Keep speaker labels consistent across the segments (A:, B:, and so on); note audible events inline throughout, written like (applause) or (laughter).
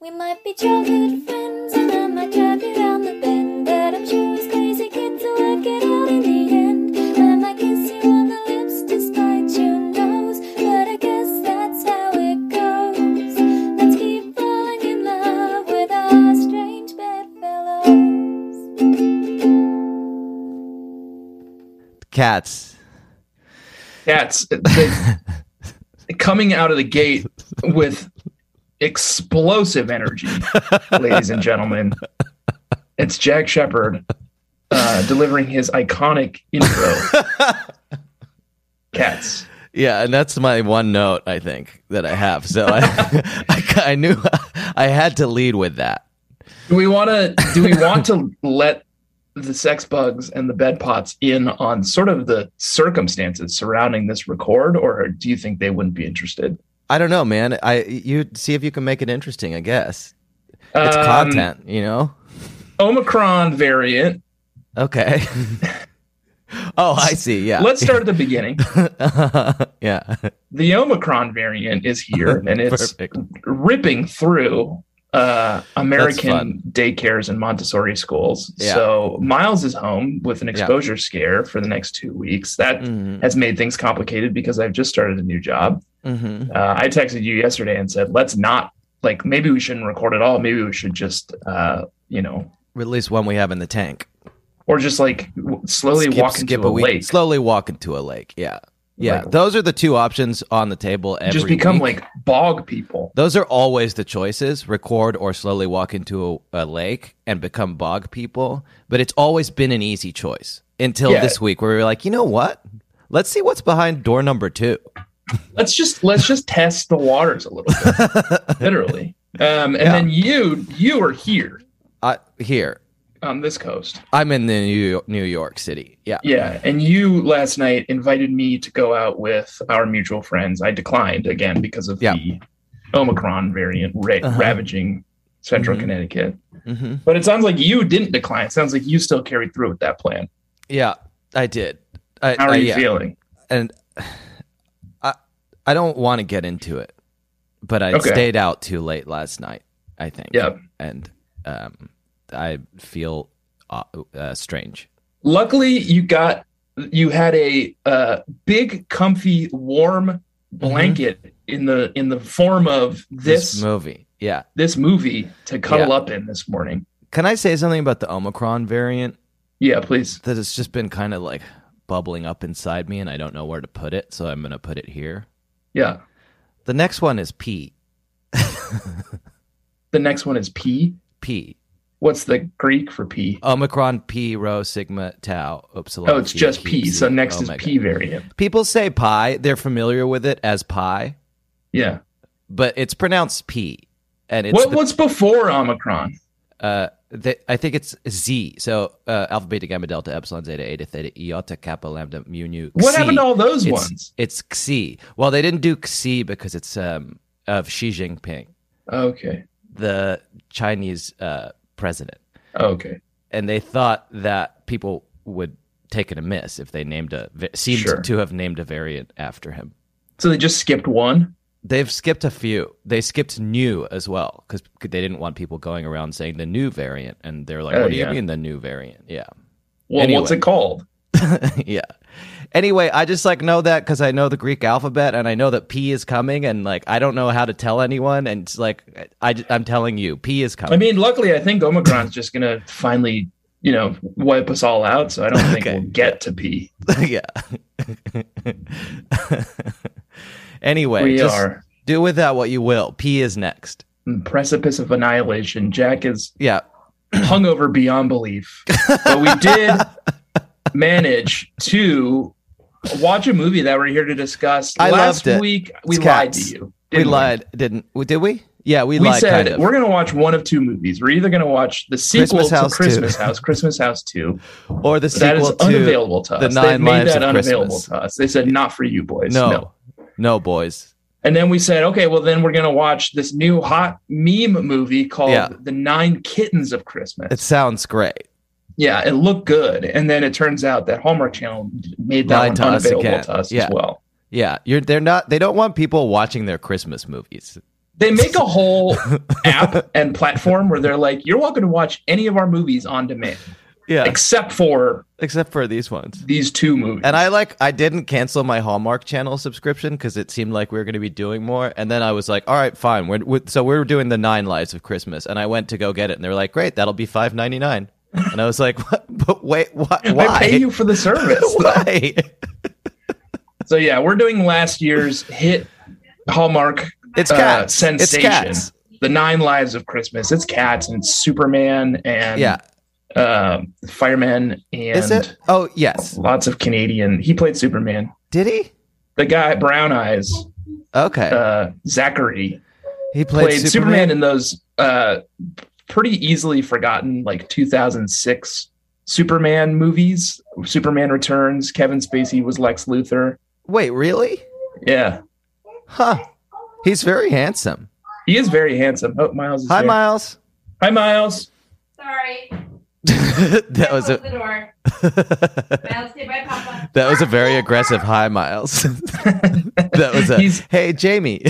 A: funny childhood friends, and I might drive you round the bend. But I'm sure as crazy kids will work it out in the end. I might kiss you on the lips despite your nose, but I guess that's how it goes. Let's keep falling in love with our strange bedfellows.
B: Cats.
C: Cats the-
B: (laughs)
C: coming out of the gate with explosive energy, ladies and gentlemen. It's Jack Shepard uh, delivering his iconic
B: (laughs)
C: intro. Cats.
B: Yeah, and that's my one note I think that I have. So I, I, (laughs) I knew I had to lead with that.
C: Do we want to? Do we want to let the sex bugs and the bed pots in on sort of the circumstances surrounding this record, or do you think they wouldn't be interested?
B: I don't know, man. I you see if you can make it interesting. I guess it's
C: Um,
B: content, you know.
C: Omicron variant.
B: Okay. (laughs) oh, I see. Yeah.
C: Let's start at the beginning.
B: (laughs) yeah.
C: The Omicron variant
B: (laughs)
C: is here, and (laughs) it's
B: Perfect.
C: ripping through uh,
B: fun.
C: American daycares and Montessori schools.
B: Yeah.
C: So Miles is home with an
B: Yeah.
C: exposure scare for the next two weeks. That
B: Mhm,
C: has made things complicated because I've just started a new job.
B: mhm.
C: Uh, I texted you yesterday and said, let's not, like, maybe we shouldn't record at all. Maybe we should just, uh, you know,
B: Release one we have in the tank.
C: or just like w- slowly walk into a,
B: week-
C: lake.
B: Slowly walk into a lake. Yeah. Yeah.
C: Like-
B: Those are the two options on the table every
C: just become
B: week.
C: like bog people.
B: Those are always the choices record or slowly walk into a, a lake and become bog people. But it's always been an easy choice until
C: Yeah.
B: this week where we were like, you know what? Let's see what's behind door number two.
C: let's just let's just test the waters a little
B: (laughs)
C: bit literally um and
B: Yeah.
C: then you you are here
B: I, here,
C: on this coast
B: I'm in the New York, New York City. Yeah.
C: yeah and you last night invited me to go out with our mutual friends i declined again because of
B: Yeah.
C: the omicron variant ra-
B: Uh-huh.
C: ravaging central
B: Mhm.
C: connecticut
B: hmm
C: but it sounds like you didn't decline it sounds like you still carried through with that plan
B: Yeah. I did. I,
C: how are
B: I-
C: you
B: Uh, yeah.
C: feeling
B: and I I don't want to get into it, but I
C: Okay.
B: stayed out too late last night. I think.
C: Yeah.
B: And um, I feel uh, uh, strange.
C: luckily you got you had a uh, big comfy warm blanket in the in the form of this
B: movie. Yeah.
C: this movie to cuddle
B: Yeah.
C: up in this morning.
B: Can I say something about the Omicron variant
C: Yeah, please.
B: that has just been kind of like bubbling up inside me, and I don't know where to put it, so I'm gonna put it here.
C: Yeah.
B: The next one is P.
C: The next one is P.
B: P.
C: What's the Greek for P?
B: Omicron P rho sigma tau upsilon.
C: Oh, it's
B: phi,
C: just
B: Q,
C: P.
B: Z,
C: So next is
B: omega.
C: P variant.
B: People say pi. They're familiar with it as pi,
C: Yeah.
B: but it's pronounced p. And it's
C: What
B: the-
C: what's before Omicron?
B: uh, the, I think it's z. So uh, alpha, beta, gamma, delta, epsilon, zeta, eta, theta, iota, kappa, lambda, mu, nu.
C: What
B: xi.
C: happened to all those
B: it's,
C: ones?
B: It's xi. Well, they didn't do xi because it's um, of Xi Jinping,
C: Okay.
B: the Chinese uh, president,
C: Okay.
B: and they thought that people would take it amiss if they named a va- seemed
C: Sure.
B: to have named a variant after him.
C: So they just skipped one.
B: They've skipped a few. They skipped new as well because they didn't want people going around saying the new variant, and they're like,
C: Oh,
B: "What do
C: yeah.
B: you mean the new variant?" Yeah,
C: Well,
B: Anyway.
C: what's it called?
B: (laughs) yeah. Anyway, I just like know that because I know the Greek alphabet and I know that P is coming, and like I don't know how to tell anyone, and it's like I, am telling you, P is
C: I
B: coming.
C: mean, luckily, I think Omicron's just gonna finally, you know, wipe us all out. So I don't think
B: Okay.
C: we'll get to P.
B: (laughs) yeah. anyway,
C: we
B: just
C: are
B: do with that what you will. P is next.
C: on the precipice of annihilation. Jack is
B: Yeah,
C: hungover beyond belief. But we
B: (laughs)
C: did manage to watch a movie that we're here to discuss.
B: I
C: Last
B: loved it.
C: week we
B: It's
C: lied
B: Cats.
C: to you.
B: we
C: didn't
B: lied, didn't we? Did we? Yeah, we,
C: We
B: lied.
C: said
B: kind of.
C: we're going to watch one of two movies. We're either going to watch the sequel
B: Christmas
C: to
B: House 2.
C: Christmas House, Christmas House 2.
B: or the
C: But that is
B: sequel to
C: unavailable to us.
B: The
C: They've
B: Nine
C: made
B: Lives
C: that
B: of
C: unavailable
B: Christmas.
C: to us. They said, not for you boys.
B: no, no, boys.
C: And then we said, okay, well, then we're going to watch this new hot meme movie called
B: Yeah.
C: The Nine Kittens of Christmas.
B: It sounds great.
C: yeah, it looked good, and then it turns out that Hallmark Channel made that
B: Lied
C: one
B: to us
C: unavailable
B: again.
C: to us
B: Yeah.
C: as well.
B: Yeah, you're. They're not. They don't want people watching their Christmas movies.
C: They make a
B: (laughs)
C: whole app and platform where they're like, you're welcome to watch any of our movies on demand,
B: Yeah,
C: except for
B: except for these ones.
C: these two movies.
B: And I like I didn't cancel my Hallmark Channel subscription because it seemed like we were going to be doing more. And then I was like, all right, fine. We're, we so we were doing the Nine Lives of Christmas, and I went to go get it, and they were like, great, that'll be five ninety nine. And I was like, (laughs) what? but wait, what?
C: (laughs) They
B: Why?
C: pay you for the service.
B: (laughs) why?
C: so yeah, we're doing last year's hit Hallmark
B: It's
C: uh,
B: cats. It's
C: sensation.
B: cats.
C: The Nine Lives of Christmas. It's cats and it's Superman and
B: Yeah.
C: um, firemen and
B: Is it? Oh yes.
C: lots of Canadian. He played Superman.
B: Did he?
C: The guy Brown Eyes,
B: Okay.
C: uh, Zachary,
B: he played,
C: played, Superman. in those uh, pretty easily forgotten like 2006 Superman movies. Superman Returns. Kevin Spacey was Lex Luthor.
B: Wait, really?
C: Yeah,
B: Huh. He's very handsome.
C: he is very handsome. Oh, Miles. Is
B: Hi,
C: there.
B: Miles. (laughs)
C: Hi, Miles.
D: Sorry.
B: that was
D: Close
B: a
D: the door. Miles, say bye, Papa.
B: that was a very aggressive hi, Miles. (laughs) that was a
C: He's-
B: hey, Jamie.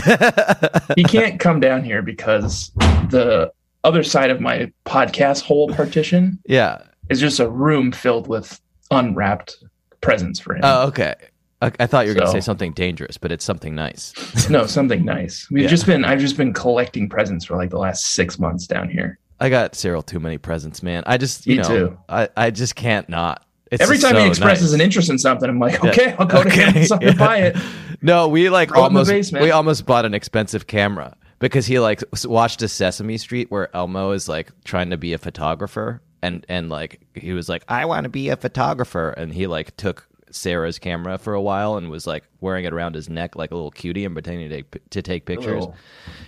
B: (laughs)
C: he can't come down here because the other side of my podcast whole partition
B: yeah.
C: is just a room filled with unwrapped presents for him.
B: Oh, okay. I, I thought you were going to
C: So-
B: say something dangerous, but it's something nice.
C: no, something nice. We've
B: Yeah.
C: just been I've just been collecting presents for like the last six months down here.
B: I got Cyril too many presents, man. I just you
C: Me
B: know
C: too.
B: I I just can't not. It's
C: Every
B: just
C: time
B: so
C: he expresses
B: nice.
C: an interest in something, I'm like,
B: Yeah.
C: (laughs) okay, I'll go to him.
B: Okay,
C: So
B: yeah.
C: buy it.
B: No, we like
C: Throw it in the
B: almost
C: basement.
B: we almost bought an expensive camera because he like s- watched a Sesame Street where Elmo is like trying to be a photographer and and like he was like I want to be a photographer and he like took Sarah's camera for a while and was like wearing it around his neck like a little cutie and pretending to take, to take pictures.
C: Little-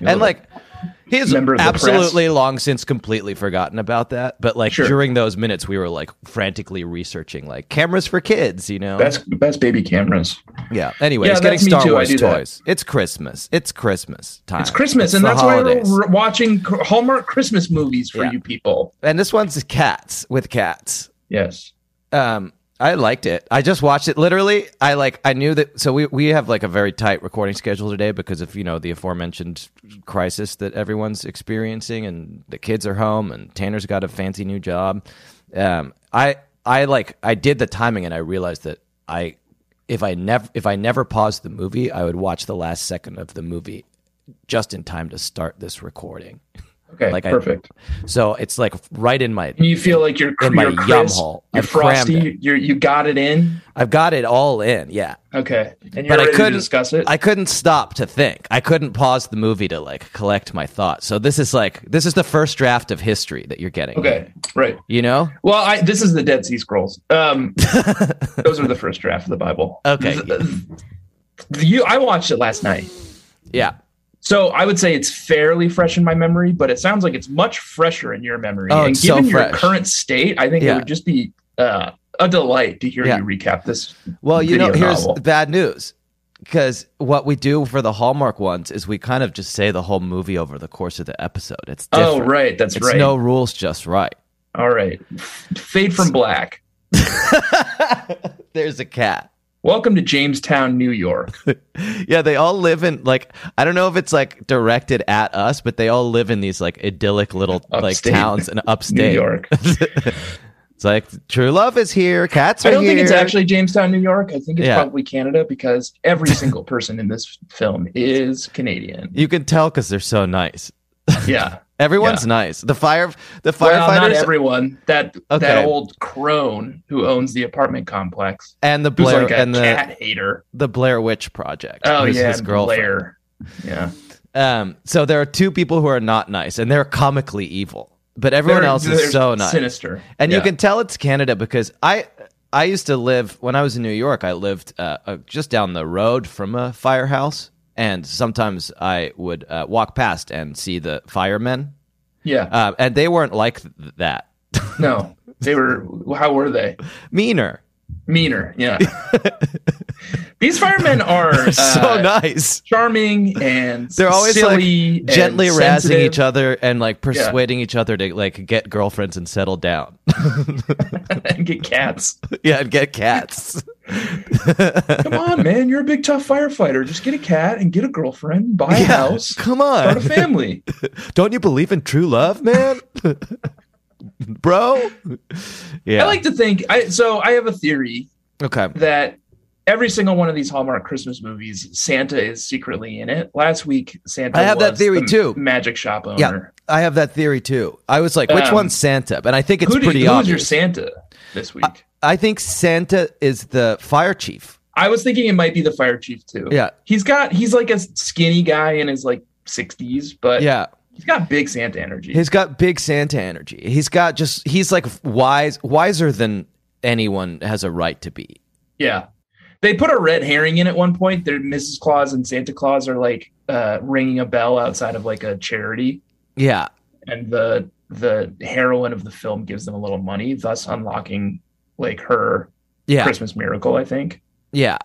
B: and like he's
C: member of the press.
B: absolutely long since completely forgotten about that, but like
C: Sure.
B: during those minutes we were like frantically researching like cameras for kids, you know.
C: Best best baby cameras.
B: Yeah. Anyway,
C: Yeah,
B: it's getting
C: that's me
B: Star
C: too. I
B: Wars
C: do that.
B: toys. It's Christmas. It's Christmas time.
C: It's Christmas, and
B: the
C: that's
B: holidays.
C: why we're watching Hallmark Christmas movies for
B: Yeah.
C: you people.
B: And this one's cats with cats.
C: Yes.
B: Um, I liked it. I just watched it. Literally, I like. I knew that. So we we have like a very tight recording schedule today because of you know the aforementioned crisis that everyone's experiencing, and the kids are home, and Tanner's got a fancy new job. Um, I I like I did the timing, and I realized that I if I never if I never paused the movie, I would watch the last second of the movie just in time to start this recording.
C: Okay.
B: Like I-
C: perfect.
B: So it's like right in my
C: you feel like you're,
B: In
C: you're
B: my
C: crisp,
B: yum hole.
C: you're
B: I've crammed
C: frosty, you're, you got it in.
B: I've got it all in. Yeah.
C: Okay. And you're
B: But I
C: ready
B: couldn't-
C: to discuss it.
B: I couldn't stop to think. I couldn't pause the movie to like collect my thoughts. So this is like this is the first draft of history that you're getting.
C: okay. Right.
B: You know?
C: Well, I, this is the Dead Sea Scrolls.
B: (laughs)
C: Um, those are the first draft of the Bible.
B: Okay.
C: The- you, I watched it last night.
B: Yeah.
C: So I would say it's fairly fresh in my memory, but it sounds like it's much fresher in your memory.
B: Oh,
C: and
B: it's so
C: given your
B: fresh.
C: current state, I think
B: Yeah.
C: it would just be uh, a delight to hear
B: Yeah.
C: you recap this.
B: Well, you know,
C: Video
B: here's
C: novel.
B: bad news. Because what we do for the Hallmark ones is we kind of just say the whole movie over the course of the episode. It's different.
C: Oh, right. That's
B: It's
C: right.
B: no rules, just right. (laughs)
C: All right. Fade from black.
B: There's a cat.
C: Welcome to Jamestown, New York.
B: yeah, they all live in like I don't know if it's like directed at us, but they all live in these like idyllic little like
C: Upstate.
B: towns in
C: (laughs) New
B: upstate.
C: York.
B: it's like true love is here. Cats are
C: I don't
B: here.
C: think it's actually Jamestown, New York. I think it's
B: Yeah.
C: probably Canada because
B: (laughs)
C: every single person in this film is Canadian.
B: You can tell because they're so nice.
C: Yeah.
B: Everyone's nice. The fire, the firefighters,
C: Well, not everyone. That
B: Okay.
C: that old crone who owns the apartment complex,
B: and the
C: who's
B: Blair
C: like a
B: and the
C: cat hater.
B: the Blair Witch Project.
C: Oh
B: who's
C: yeah,
B: his girlfriend.
C: Blair. Yeah,
B: Um, so there are two people who are not nice, and they're comically evil. But everyone
C: They're-
B: else
C: they're
B: is so nice.
C: sinister.
B: and you
C: Yeah.
B: can tell it's Canada because I I used to live when I was in New York. I lived uh, uh, just down the road from a firehouse, and sometimes I would uh, walk past and see the firemen,
C: yeah,
B: uh, and they weren't like th- that
C: no, they were. How were they?
B: (laughs) meaner.
C: Meaner. Yeah, These firemen
B: (laughs) (laughs)
C: are
B: so
C: uh,
B: nice.
C: charming and
B: (laughs) They're always, like,
C: silly and
B: Gently razzing
C: sensitive.
B: each other and like persuading each other to like get girlfriends and settle down. (laughs)
C: (laughs) and get cats.
B: yeah, and get cats. (laughs)
C: Come on, man, you're a big tough firefighter. Just get a cat and get a girlfriend, buy a
B: Yeah,
C: house,
B: Come
C: start
B: on. (laughs)
C: a family.
B: Don't you believe in true love, man? (laughs) Bro? Yeah.
C: I like to think. I so I have a theory
B: okay.
C: that every single one of these Hallmark Christmas movies, Santa is secretly in it. Last week, Santa.
B: I have that
C: was
B: theory
C: the
B: too.
C: Magic shop
B: Yeah.
C: owner.
B: I have that theory too. I was like, which
C: Um,
B: one's Santa? And I think it's
C: Who do you-
B: pretty
C: who's your
B: obvious.
C: Santa this week?
B: I think Santa is the fire chief.
C: I was thinking it might be the fire chief too.
B: Yeah.
C: he's got he's like a skinny guy in his like 60s, but
B: Yeah.
C: he's got big Santa energy.
B: He's got big Santa energy. He's got just he's like wise wiser than anyone has a right to be.
C: Yeah. They put a red herring in at one point. Their Mrs. Claus and Santa Claus are like uh, ringing a bell outside of like a charity,
B: Yeah.
C: and the the heroine of the film gives them a little money, thus unlocking like her
B: Yeah.
C: Christmas miracle. I think
B: Yeah.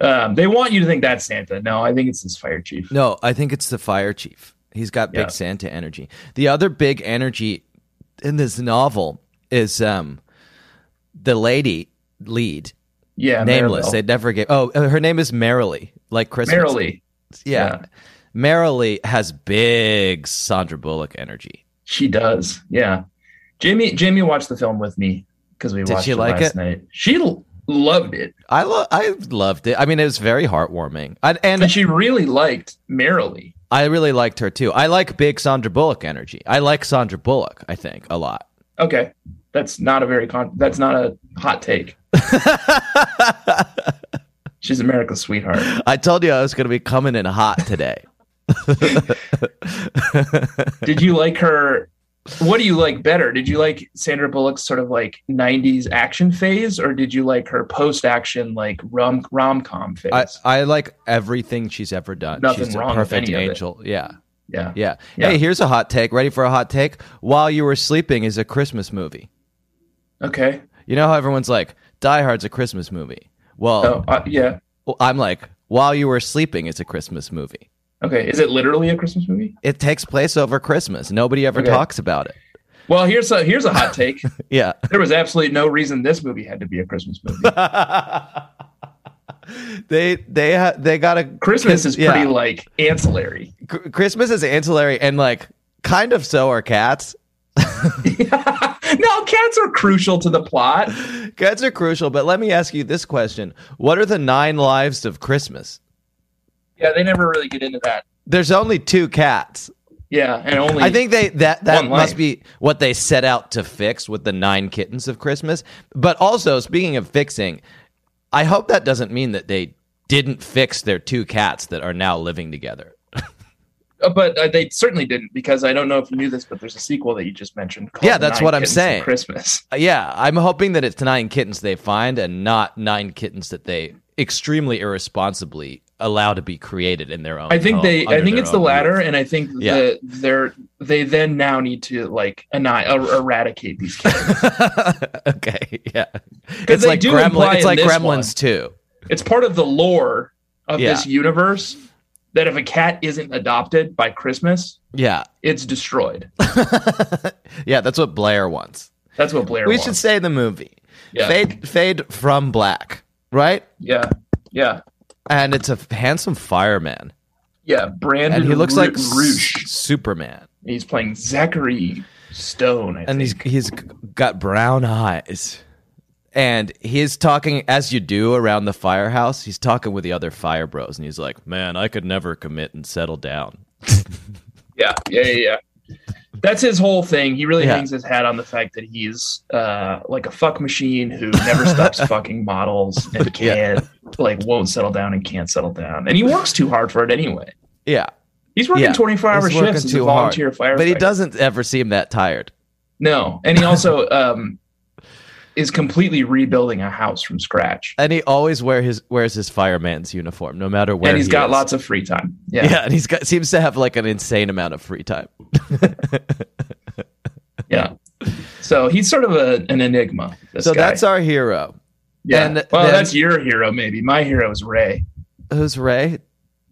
C: um, they want you to think that's Santa. No, I think it's this fire chief.
B: No, I think it's the fire chief. He's got big
C: Yeah.
B: Santa energy. The other big energy in this novel is um the lady lead
C: Yeah,
B: nameless. They
C: Maribel.
B: never gave. Oh, her name is Merrily, like Christmas.
C: Merrily.
B: yeah.
C: yeah.
B: Merrily has big Sandra Bullock energy.
C: She does. Yeah. Jamie Jamie watched the film with me because we
B: Did
C: watched
B: she
C: it
B: like
C: last
B: it?
C: night. She l- loved it,
B: I lo- I loved it. I mean, it was very heartwarming, I,
C: and
B: and
C: she really liked Merrily.
B: I really liked her too. I like big Sandra Bullock energy. I like Sandra Bullock. I think a lot. (laughs)
C: Okay. That's not a very con that's not a hot take. She's America's sweetheart.
B: I told you I was going to be coming in hot today. (laughs)
C: Did you like her what do you like better? Did you like Sandra Bullock's sort of like 90s action phase or did you like her post-action like rom rom-com phase?
B: I, I like everything she's ever done.
C: Nothing
B: she's
C: wrong
B: a
C: with
B: perfect
C: any of it.
B: angel. Yeah,
C: yeah.
B: yeah,
C: Yeah.
B: Hey, here's a hot take. Ready for a hot take? While You Were Sleeping is a Christmas movie.
C: Okay.
B: You know how everyone's like, Die Hard's a Christmas movie.
C: Oh,
B: Well,
C: uh, yeah.
B: I'm like, While You Were Sleeping is a Christmas movie.
C: Okay. Is it literally a Christmas movie?
B: It takes place over Christmas. Nobody ever
C: Okay.
B: talks about it.
C: Well, here's a here's
B: (laughs)
C: a hot take.
B: Yeah.
C: there was absolutely no reason this movie had to be a Christmas movie.
B: (laughs) they they ha- they got a
C: Christmas is
B: Yeah.
C: pretty like ancillary. (laughs)
B: Cr- Christmas is ancillary and like kind of so are cats.
C: no, cats are crucial to the plot.
B: Cats are crucial, but let me ask you this question. What are the nine lives of Christmas?
C: Yeah, they never really get into that.
B: There's only two cats.
C: Yeah, and only
B: I think they that that
C: One
B: must
C: life.
B: be what they set out to fix with the nine kittens of Christmas. But also, speaking of fixing, I hope that doesn't mean that they didn't fix their two cats that are now living together.
C: Uh, but uh, they certainly didn't because I don't know if you knew this, but there's a sequel that you just mentioned. Called
B: Yeah, that's
C: Nine
B: what I'm
C: Kittens of
B: saying.
C: Christmas.
B: Uh, Yeah, I'm hoping that it's nine kittens they find and not nine kittens that they extremely irresponsibly allow to be created in their own.
C: I think
B: home
C: they. I
B: Oh, under
C: think
B: their
C: it's the
B: own
C: latter,
B: roof. (laughs)
C: and I think
B: Yeah.
C: the, they're they then now need to like anni- er- eradicate
B: (laughs)
C: these kids.
B: okay, yeah. It's
C: they
B: like
C: do
B: Gremlin,
C: imply
B: it's
C: in
B: like
C: this
B: Gremlins too.
C: it's part of the lore of
B: Yeah.
C: this universe that if a cat isn't adopted by Christmas,
B: Yeah. (laughs)
C: it's destroyed.
B: yeah, that's what Blair wants.
C: That's what Blair.
B: we
C: wants.
B: should say the movie.
C: Yeah.
B: Fade Fade from Black, right?
C: Yeah, yeah,
B: And it's a handsome fireman.
C: yeah. Brandon.
B: And he looks
C: Ru-
B: like S-
C: Roosh.
B: Superman.
C: He's playing Zachary Stone. I
B: and
C: think.
B: he's he's got brown eyes and he's talking as you do around the firehouse he's talking with the other fire bros and he's like man i could never commit and settle down
C: Yeah, yeah, yeah. yeah. That's his whole thing. He really
B: Yeah.
C: hangs his hat on the fact that he's uh, like a fuck machine who never
B: (laughs)
C: stops fucking models and can't, like, won't settle down and can't settle down. And he works too hard for it anyway.
B: yeah
C: He's working
B: Yeah.
C: 24 hour
B: He's working
C: shifts as a
B: too hard.
C: volunteer firefighter.
B: but he doesn't ever seem that tired
C: No. And he also um, is completely rebuilding a house from scratch.
B: and he always wear his wears his fireman's uniform no matter where
C: and he's
B: he
C: got
B: is.
C: lots of free time.
B: yeah.
C: Yeah.
B: (laughs) and he's got seems to have like an insane amount of free time (laughs)
C: Yeah. So he's sort of a, an enigma. This
B: so
C: guy.
B: that's our hero
C: Yeah.
B: And
C: well,
B: then-
C: that's your hero, maybe. My hero is Ray.
B: Who's Ray?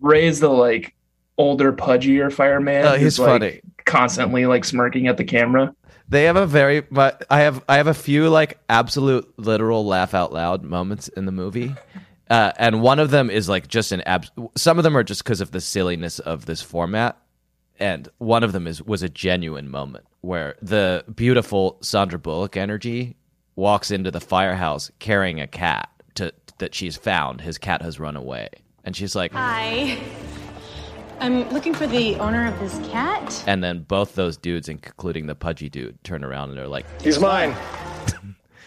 C: Ray is the like older, pudgier fireman.
B: Oh,
C: who's,
B: he's
C: like,
B: funny.
C: Constantly like smirking at the camera.
B: They have a very. mu- I have. I have a few like absolute literal laugh out loud moments in the movie, uh, and one of them is like just an abs. Some of them are just because of the silliness of this format, and one of them is was a genuine moment where the beautiful Sandra Bullock energy walks into the firehouse carrying a cat to that she's found. His cat has run away, and she's like,
E: Hi. I'm looking for the owner of this cat.
B: and then both those dudes, including the pudgy dude, turn around and they're like,
F: He's
B: (laughs)
F: mine.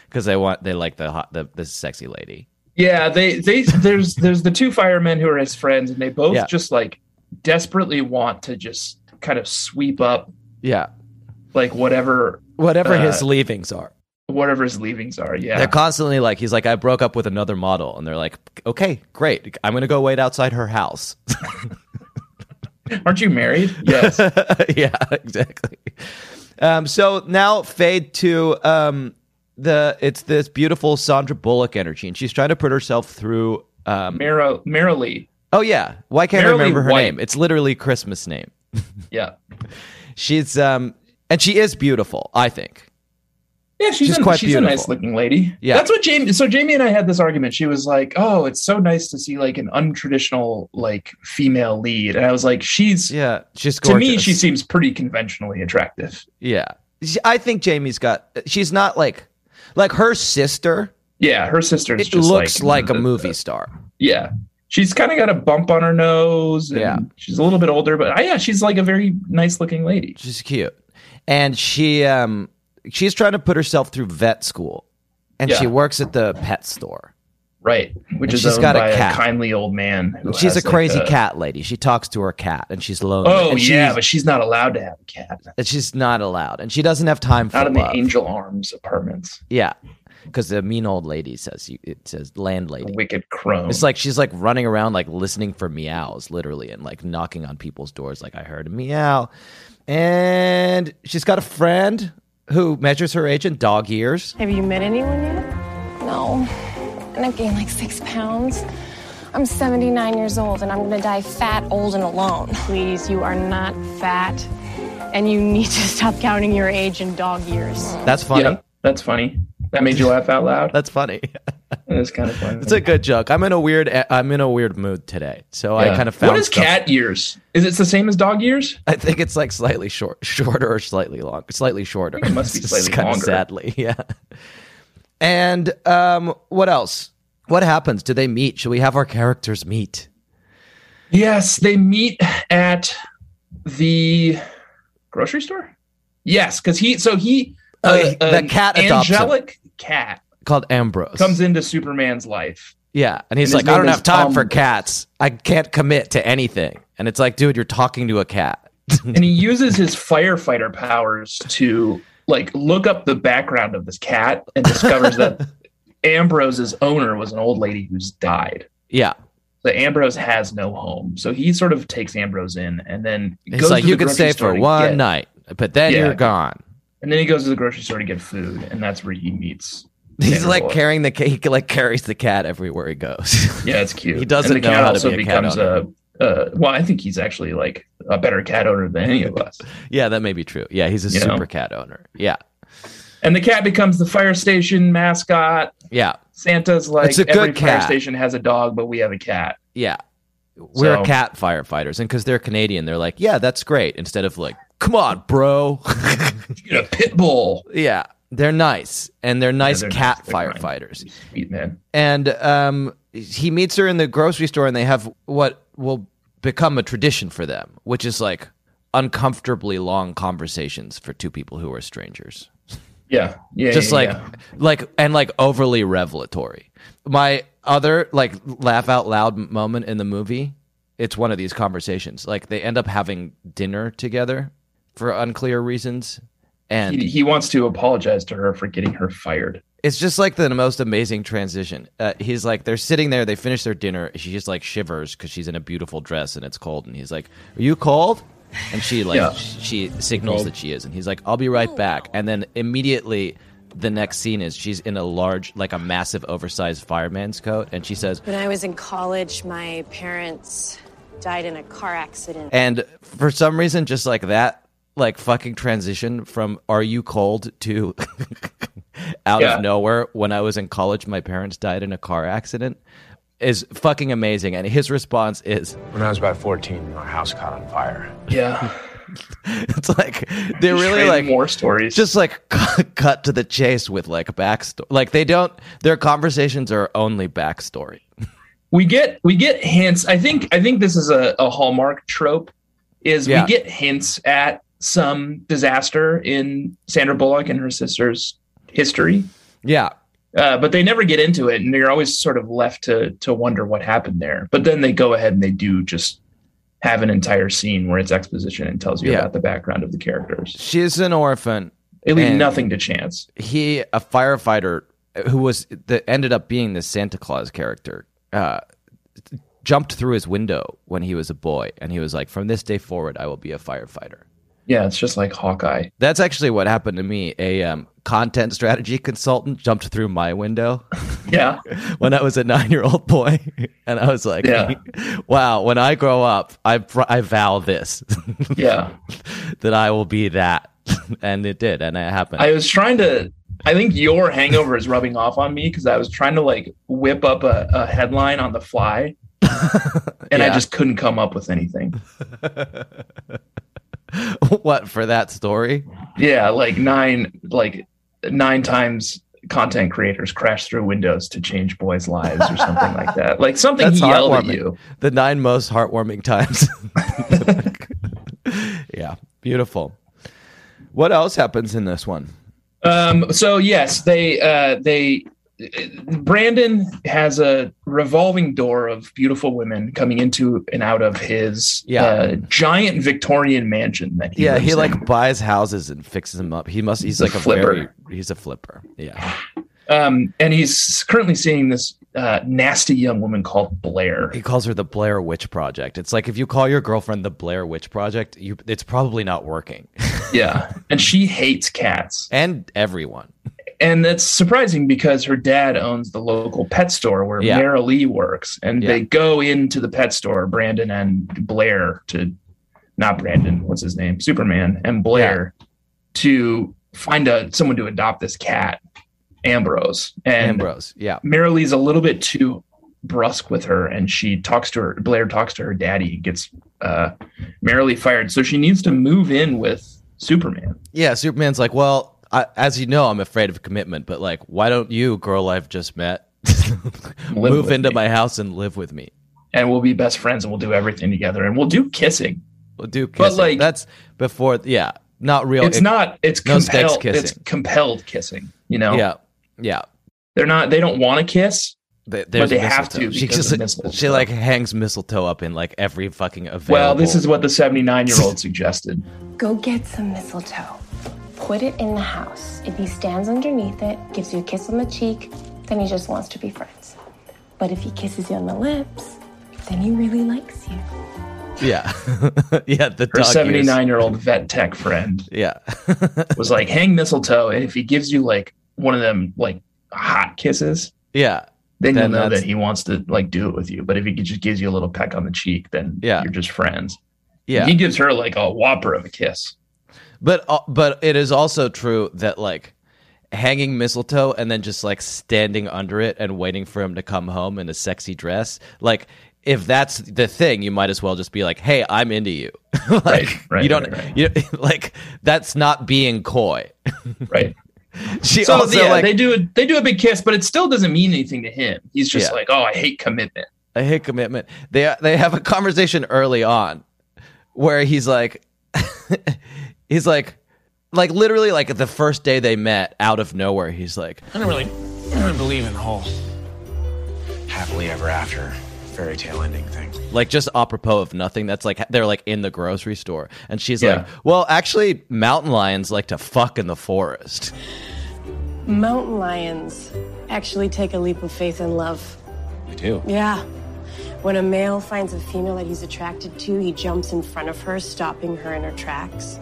B: because they want they like the hot the, the sexy lady.
C: Yeah, they they there's there's the two firemen who are his friends, and they both
B: Yeah.
C: just like desperately want to just kind of sweep up
B: Yeah,
C: like whatever
B: whatever
C: Uh,
B: his leavings are,
C: whatever his leavings are. Yeah.
B: they're constantly like he's like I broke up with another model, and they're like, okay, great, I'm gonna go wait outside her house.
C: Aren't
B: (laughs)
C: you married? Yes.
B: yeah, exactly. Um, so now fade to um, the it's this beautiful Sandra Bullock energy, and she's trying to put herself through. Um,
C: Merrill Merrily.
B: oh yeah, why can't I
C: Merrily
B: remember her
C: White.
B: name? It's literally Christmas name.
C: Yeah.
B: She's um, and she is beautiful, I think.
C: Yeah, she's,
B: She's
C: a,
B: quite
C: she's a nice
B: beautiful.
C: looking lady.
B: Yeah.
C: That's what Jamie so Jamie and I had this argument. She was like, Oh, it's so nice to see like an untraditional like female lead. And I was like, She's
B: Yeah, she's
C: to
B: gorgeous.
C: me, she seems pretty conventionally attractive.
B: Yeah. She- I think Jamie's got she's not like like her sister
C: Yeah, her sister's
B: it
C: just
B: looks like, a
C: the-
B: movie star.
C: yeah. She's kind of got a bump on her nose. And
B: Yeah.
C: She's a little bit older, but uh, yeah, she's like a very nice looking lady.
B: She's cute. And she um she's trying to put herself through vet school. And she
C: Yeah.
B: works at the pet store.
C: Right. Which
B: And
C: is
B: she's
C: owned
B: got a
C: by
B: cat.
C: kindly old man. who
B: she's a
C: has, like,
B: crazy cat lady. She talks to her cat and she's lonely.
C: Oh
B: and
C: yeah,
B: she's,
C: but she's not allowed to have a cat.
B: and she's not allowed. And she doesn't have time for
C: Not in the
B: love.
C: Angel Arms apartments.
B: Yeah. Cuz the mean old lady says you it says landlady.
C: Wicked crone.
B: It's like she's like running around, like listening for meows, literally, and like knocking on people's doors, like, I heard a meow. And she's got a friend who measures her age in dog years.
E: Have you met anyone yet?
G: No. And I've gained like six pounds. I'm 79 years old and I'm gonna die fat, old, and alone.
E: Please, you are not fat, and you need to (laughs) stop counting your age in dog years.
B: That's funny.
C: Yeah, that's funny. That made you laugh out
B: (laughs)
C: loud.
B: That's funny.
C: That is kind of funny.
B: It's a good joke. I'm in a weird eh, I'm in a weird mood today. So I
C: Yeah.
B: kind of found
C: What is
B: stuff-
C: cat years? Is it the same as dog years?
B: I think it's like slightly short (laughs) shorter or slightly long. Slightly shorter. (laughs)
C: it must be
B: It's
C: slightly
B: kinda
C: longer.
B: Sadly. (laughs) Yeah. And um what else? What happens? Do they meet? Should we have our characters meet?
C: Yes, they meet at the grocery store. Yes, because he so he uh,
B: Oh, the
C: an
B: cat adopts him.
C: angelic cat
B: Called Ambrose.
C: comes into Superman's life.
B: Yeah, and he's
C: And
B: like,
C: his
B: I
C: name
B: don't
C: is
B: have time
C: Tom
B: for
C: Wolfe."
B: cats. I can't commit to anything. And it's like, dude, you're talking to a cat.
C: and he uses his firefighter powers to like look up the background of this cat and discovers that
B: (laughs)
C: Ambrose's owner was an old lady who's died.
B: yeah,
C: So Ambrose has no home, so he sort of takes Ambrose in, and then he
B: he's like,
C: to
B: you
C: the
B: can
C: grocery
B: stay
C: store
B: for
C: to
B: one
C: get-
B: night, but then
C: Yeah.
B: you're gone. (laughs)
C: and then he goes to the grocery store to get food, and that's where he meets.
B: He's
C: Sandra
B: like
C: Bullock.
B: carrying the cat. He like carries the cat everywhere he goes. (laughs)
C: Yeah, it's cute.
B: He doesn't
C: and the
B: know
C: cat
B: how to
C: also
B: be a cat
C: becomes a. Uh, well, I think he's actually like a better cat owner than any of us.
B: yeah, that may be true. Yeah, he's a
C: You know?
B: super cat owner. Yeah,
C: And the cat becomes the fire station mascot.
B: yeah,
C: Santa's like
B: It's a
C: every
B: good
C: fire
B: cat.
C: station has a dog, but we have a cat.
B: yeah. We're
C: So-
B: cat firefighters, and because they're Canadian, they're like, yeah, that's great. Instead of like, come on, bro. (laughs)
C: You know, pit bull.
B: yeah, they're nice, and they're nice
C: they're
B: cat
C: nice. They're kind.
B: firefighters.
C: Sweet man.
B: and um, he meets her in the grocery store, and they have what will become a tradition for them, which is like uncomfortably long conversations for two people who are strangers.
C: Yeah, yeah.
B: Just
C: yeah,
B: like,
C: yeah.
B: like, and like overly revelatory. My other like laugh out loud m- moment in the movie, it's one of these conversations. Like they end up having dinner together for unclear reasons, and
C: he, he wants to apologize to her for getting her fired.
B: it's just like the most amazing transition. Uh, he's like, they're sitting there, they finish their dinner. She just like shivers because she's in a beautiful dress and it's cold. And he's like, Are you cold? And she like,
C: Yeah.
B: sh- she signals that she is. And he's like, I'll be right back. And then immediately the next scene is she's in a large, like a massive, oversized fireman's coat, and she says,
F: When I was in college, my parents died in a car accident.
B: and for some reason, just like that, like fucking transition from "Are you cold?" to (laughs) out
C: Yeah.
B: of nowhere. When I was in college, my parents died in a car accident. Is fucking amazing, and his response is, (laughs)
H: When I was about 14, our house caught on fire.
C: Yeah.
B: "It's like they're really
C: Trade
B: like
C: more stories.
B: just like (laughs) cut, cut to the chase with like backstory. Like they don't, their conversations are only backstory.
C: we get we get hints i think i think this is a, a hallmark trope is
B: Yeah.
C: we get hints at some disaster in sandra bullock and her sister's history
B: Yeah,
C: uh, but they never get into it and you're always sort of left to to wonder what happened there but then they go ahead and they do just have an entire scene where it's exposition and tells you
B: Yeah.
C: about the background of the characters
B: she's an orphan.
C: they leave
B: And-
C: nothing to chance
B: He, a firefighter who was that ended up being the Santa Claus character, uh, jumped through his window when he was a boy, and he was like, "From this day forward, I will be a firefighter."
C: yeah it's just like hawkeye
B: That's actually what happened to me. A um, content strategy consultant jumped through my window. (laughs)
C: yeah
B: when I was a nine year old boy. (laughs) And I was like,
C: Yeah.
B: (laughs) wow, when I grow up, I, pr- I vow this (laughs)
C: yeah
B: that I will be that. (laughs) and it did. And it happened.
C: I was trying to. I think your hangover is rubbing off on me because I was trying to like whip up a, a headline on
B: (laughs)
C: the fly, and I
B: Yeah.
C: just couldn't come up with anything.
B: (laughs) what for that story?
C: Yeah, like nine, like nine times content creators crash through windows to change boys' lives or something like that. Like something
B: That's
C: he yelled at
B: heartwarming.
C: you.
B: The nine most heartwarming times. (laughs) yeah. Beautiful. What else happens in this one?
C: Um, so yes, they uh, they Brandon has a revolving door of beautiful women coming into and out of his
B: Yeah.
C: uh, giant Victorian mansion that he
B: Yeah,
C: lives
B: he like
C: in.
B: buys houses and fixes them up. He must. He's
C: The
B: like a
C: flipper.
B: very. He's a flipper. Yeah.
C: um, and he's currently seeing this uh, nasty young woman called Blair.
B: He calls her the Blair Witch Project. It's like if you call your girlfriend the Blair Witch Project, you it's probably not working.
C: Yeah, and she
B: (laughs)
C: hates cats,
B: and everyone.
C: and that's surprising because her dad owns the local pet store where
B: Yeah.
C: Mara Lee works, and
B: Yeah.
C: they go into the pet store, Brandon and Blair to, not Brandon, what's his name, Superman and Blair, to find a someone to adopt this cat, Ambrose, and
B: Ambrose. Yeah.
C: Marilee's a little bit too brusque with her, and she talks to her. Blair talks to her daddy, and gets uh, Marilee fired. So she needs to move in with Superman.
B: Yeah, Superman's like, "Well, I, as you know, I'm afraid of commitment, but like, why don't you, girl I've just met, (laughs) move
C: with
B: into
C: me."
B: my house and live with me?"
C: And we'll be best friends, and we'll do everything together, and we'll do kissing.
B: We'll do kissing.
C: like-
B: that's before yeah, not real.
C: it's
B: it-
C: not. It's
B: no sex
C: compelled.
B: kissing.
C: It's compelled kissing. You know.
B: Yeah. Yeah.
C: They're not. They don't want to kiss.
B: They, there's
C: they have
B: mistletoe.
C: to
B: She
C: because of
B: just
C: mistletoe.
B: she like hangs mistletoe up in like every fucking event.
C: Well, this is what
B: (laughs)
C: the seventy-nine-year-old suggested.
G: Go get some mistletoe. Put it in the house. If he stands underneath it, gives you a kiss on the cheek, then he just wants to be friends. But if he kisses you on the lips, then he really likes you.
B: yeah, (laughs) yeah. The
C: Her
B: dog years.
C: seventy-nine-year-old vet tech friend
B: Yeah. (laughs)
C: was like, "Hang mistletoe, and if he gives you like one of them like hot kisses,
B: yeah.
C: then,
B: Then
C: you'll know
B: that's-
C: that he wants to like do it with you. But if he just gives you a little peck on the cheek, then
B: Yeah.
C: you're just friends.
B: Yeah.
C: He gives her like a whopper of
B: (laughs)
C: a kiss.
B: But uh, but it is also true that like hanging mistletoe and then just like standing under it and waiting for him to come home in a sexy dress, like if that's the thing, you might as well just be like, "Hey, I'm into you." (laughs) like
C: right,
B: you don't
C: right, right.
B: you (laughs) like that's not being coy. (laughs)
C: Right.
B: She
C: so
B: also
C: yeah,
B: like
C: they do a they do a big kiss, but it still doesn't mean anything to him. He's just
B: Yeah.
C: like, Oh, I hate commitment.
B: I hate commitment. They they have a conversation early on where he's like, (laughs) he's like, like literally like the first day they met, out of nowhere, he's like,
H: I don't really, I don't really believe in the whole happily ever after fairy tale ending thing.
B: like just apropos of nothing. That's like they're like in the grocery store, and she's
C: Yeah.
B: like, well, actually, mountain lions like to fuck in the
C: (laughs)
B: forest.
F: Mountain lions actually take a leap of faith in love.
H: They do.
F: Yeah. When a male finds a female that he's attracted to, he jumps in front of her, stopping her in her tracks.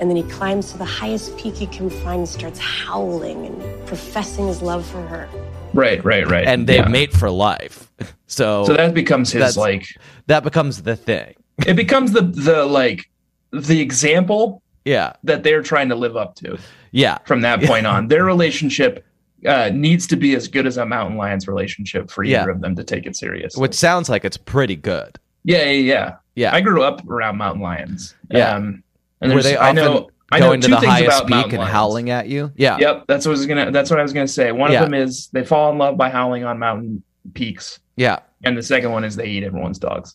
F: and then he climbs to the highest peak he can find and starts howling and professing his love for her.
C: Right, right, right.
B: and they
C: Yeah.
B: mate for life. (laughs) So,
C: so that becomes his
B: Oh, that's-
C: like
B: that becomes the thing.
C: it becomes the the like the example
B: Yeah,
C: that they're trying to live up to
B: yeah,
C: from that point on. Their relationship uh, needs to be as good as a mountain lion's relationship for
B: Yeah.
C: either of them to take it serious.
B: which sounds like it's pretty good.
C: yeah, yeah, yeah.
B: Yeah,
C: I grew up around mountain lions.
B: Yeah.
C: Um, and
B: were
C: there's
B: they
C: I
B: often
C: know, I know
B: going to
C: two
B: the
C: things
B: highest
C: about
B: peak
C: mountain
B: and
C: lions.
B: howling at you? Yeah,
C: Yep, that's what I was gonna. That's what I was gonna say. One
B: Yeah.
C: of them is they fall in love by howling on mountain peaks,
B: yeah, (laughs)
C: and the second one is they eat everyone's dogs.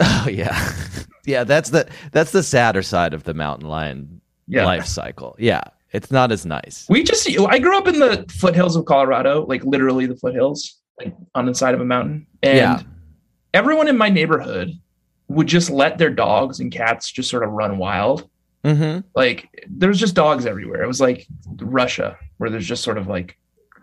B: oh yeah, (laughs) yeah. That's the that's the sadder side of the mountain lion
C: Yeah,
B: life cycle. Yeah, it's not as nice.
C: we just. I grew up in the foothills of Colorado, like literally the foothills, like on the side of a mountain, and
B: Yeah.
C: everyone in my neighborhood would just let their dogs and cats just sort of run wild.
B: Mm-hmm.
C: Like there's just dogs everywhere. It was like Russia, where there's just sort of like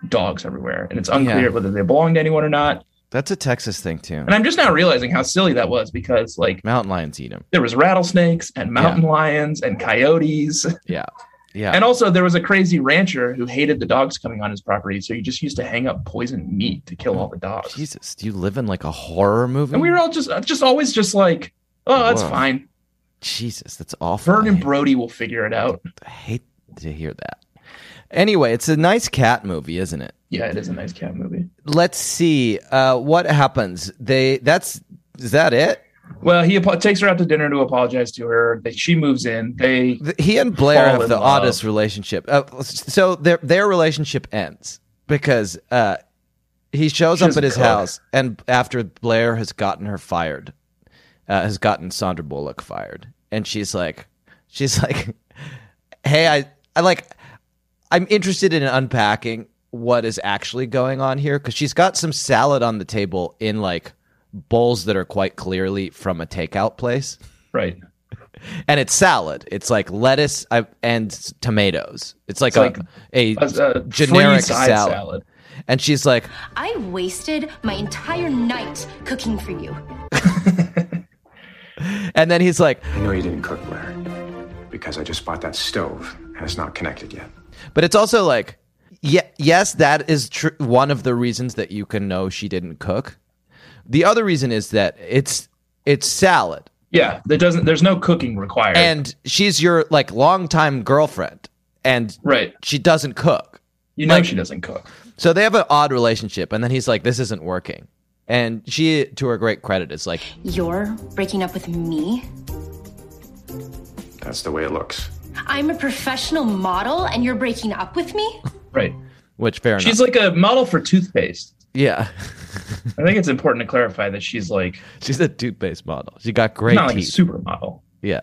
C: dogs everywhere, and it's unclear
B: Yeah.
C: whether they belong to anyone or not.
B: That's a Texas thing too.
C: And I'm just now realizing how silly that was because like.
B: Mountain lions eat them.
C: there was rattlesnakes and mountain lions and coyotes
B: Yeah, yeah.
C: and also there was a crazy rancher who hated the dogs coming on his property so he just used to hang up poisoned meat to kill all the dogs
B: Jesus, do you live in like a horror movie?
C: and we were all just uh, just always just like oh that's
B: Whoa.
C: fine
B: Jesus, that's awful.
C: vern
B: I
C: and
B: hate-
C: brody will figure it out
B: I hate to hear that. Anyway, it's a nice cat movie, isn't it?
C: yeah it is a nice cat movie
B: Let's see uh, what happens. They that's is that it?
C: well he apo- takes her out to dinner to apologize to her They- she moves in they
B: Th- He and Blair
C: Fall
B: have
C: in
B: the
C: love.
B: oddest relationship. Uh, so their their relationship ends because uh, he shows
C: She
B: up
C: doesn't
B: at his
C: cook.
B: house and after Blair has gotten her fired, uh, has gotten Sandra Bullock fired, and she's like, she's like, (laughs) hey, I I like, I'm interested in unpacking what is actually going on here because she's got some salad on the table in like bowls that are quite clearly from a takeout place
C: right
B: and it's salad. It's like lettuce uh, and s- tomatoes. It's like
C: It's
B: a,
C: As
B: a,
C: a uh, free
B: generic
C: side
B: salad. And she's like,
I: I wasted my entire night cooking for you.
B: and then he's like,
H: I know you didn't cook, Blair, because I just bought that stove and it's not connected yet.
B: but it's also like, yeah, yes, that is tr- one of the reasons that you can know she didn't cook. The other reason is that it's it's salad,
C: yeah that doesn't there's no cooking required
B: and she's your like longtime girlfriend, and
C: right
B: she doesn't cook.
C: you know
B: Like-
C: she doesn't cook
B: So they have an odd relationship, and then he's like, "This isn't working." And she, to her great credit, is like,
I: You're breaking up with me?
H: That's the way it looks.
I: I'm a professional model and you're breaking up with me?
C: right
B: which fair enough.
C: she's like a model for toothpaste
B: yeah.
C: I think it's important to clarify that she's like
B: She's a toothpaste model. She got great
C: not like
B: teeth.
C: a supermodel.
B: yeah.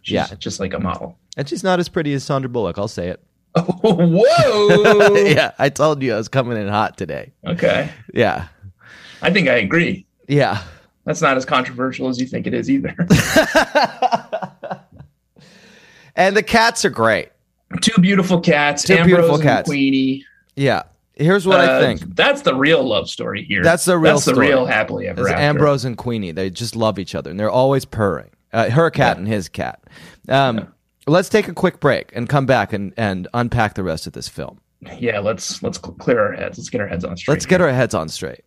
C: She's
B: Yeah.
C: just like a
B: (laughs)
C: model.
B: And she's not as pretty as Sandra Bullock, I'll say it.
C: whoa.
B: (laughs) yeah, I told you I was coming in hot today.
C: Okay.
B: Yeah.
C: I think I agree.
B: Yeah.
C: That's not as controversial as you think it is either. (laughs)
B: And the cats are great.
C: Two beautiful cats,
B: Two
C: Ambrose
B: beautiful
C: and
B: cats.
C: Queenie.
B: Yeah. Here's what I
C: Uh,
B: think.
C: That's the real love story here.
B: That's the real
C: That's the
B: story.
C: real happily ever
B: It's
C: after.
B: Ambrose and Queenie. They just love each other and they're always purring. Uh, her cat and his cat. Um, Let's take a quick break and come back and, and unpack the rest of this film.
C: Yeah, let's let's cl- clear our heads. Let's get our heads on straight.
B: Let's get our heads on straight.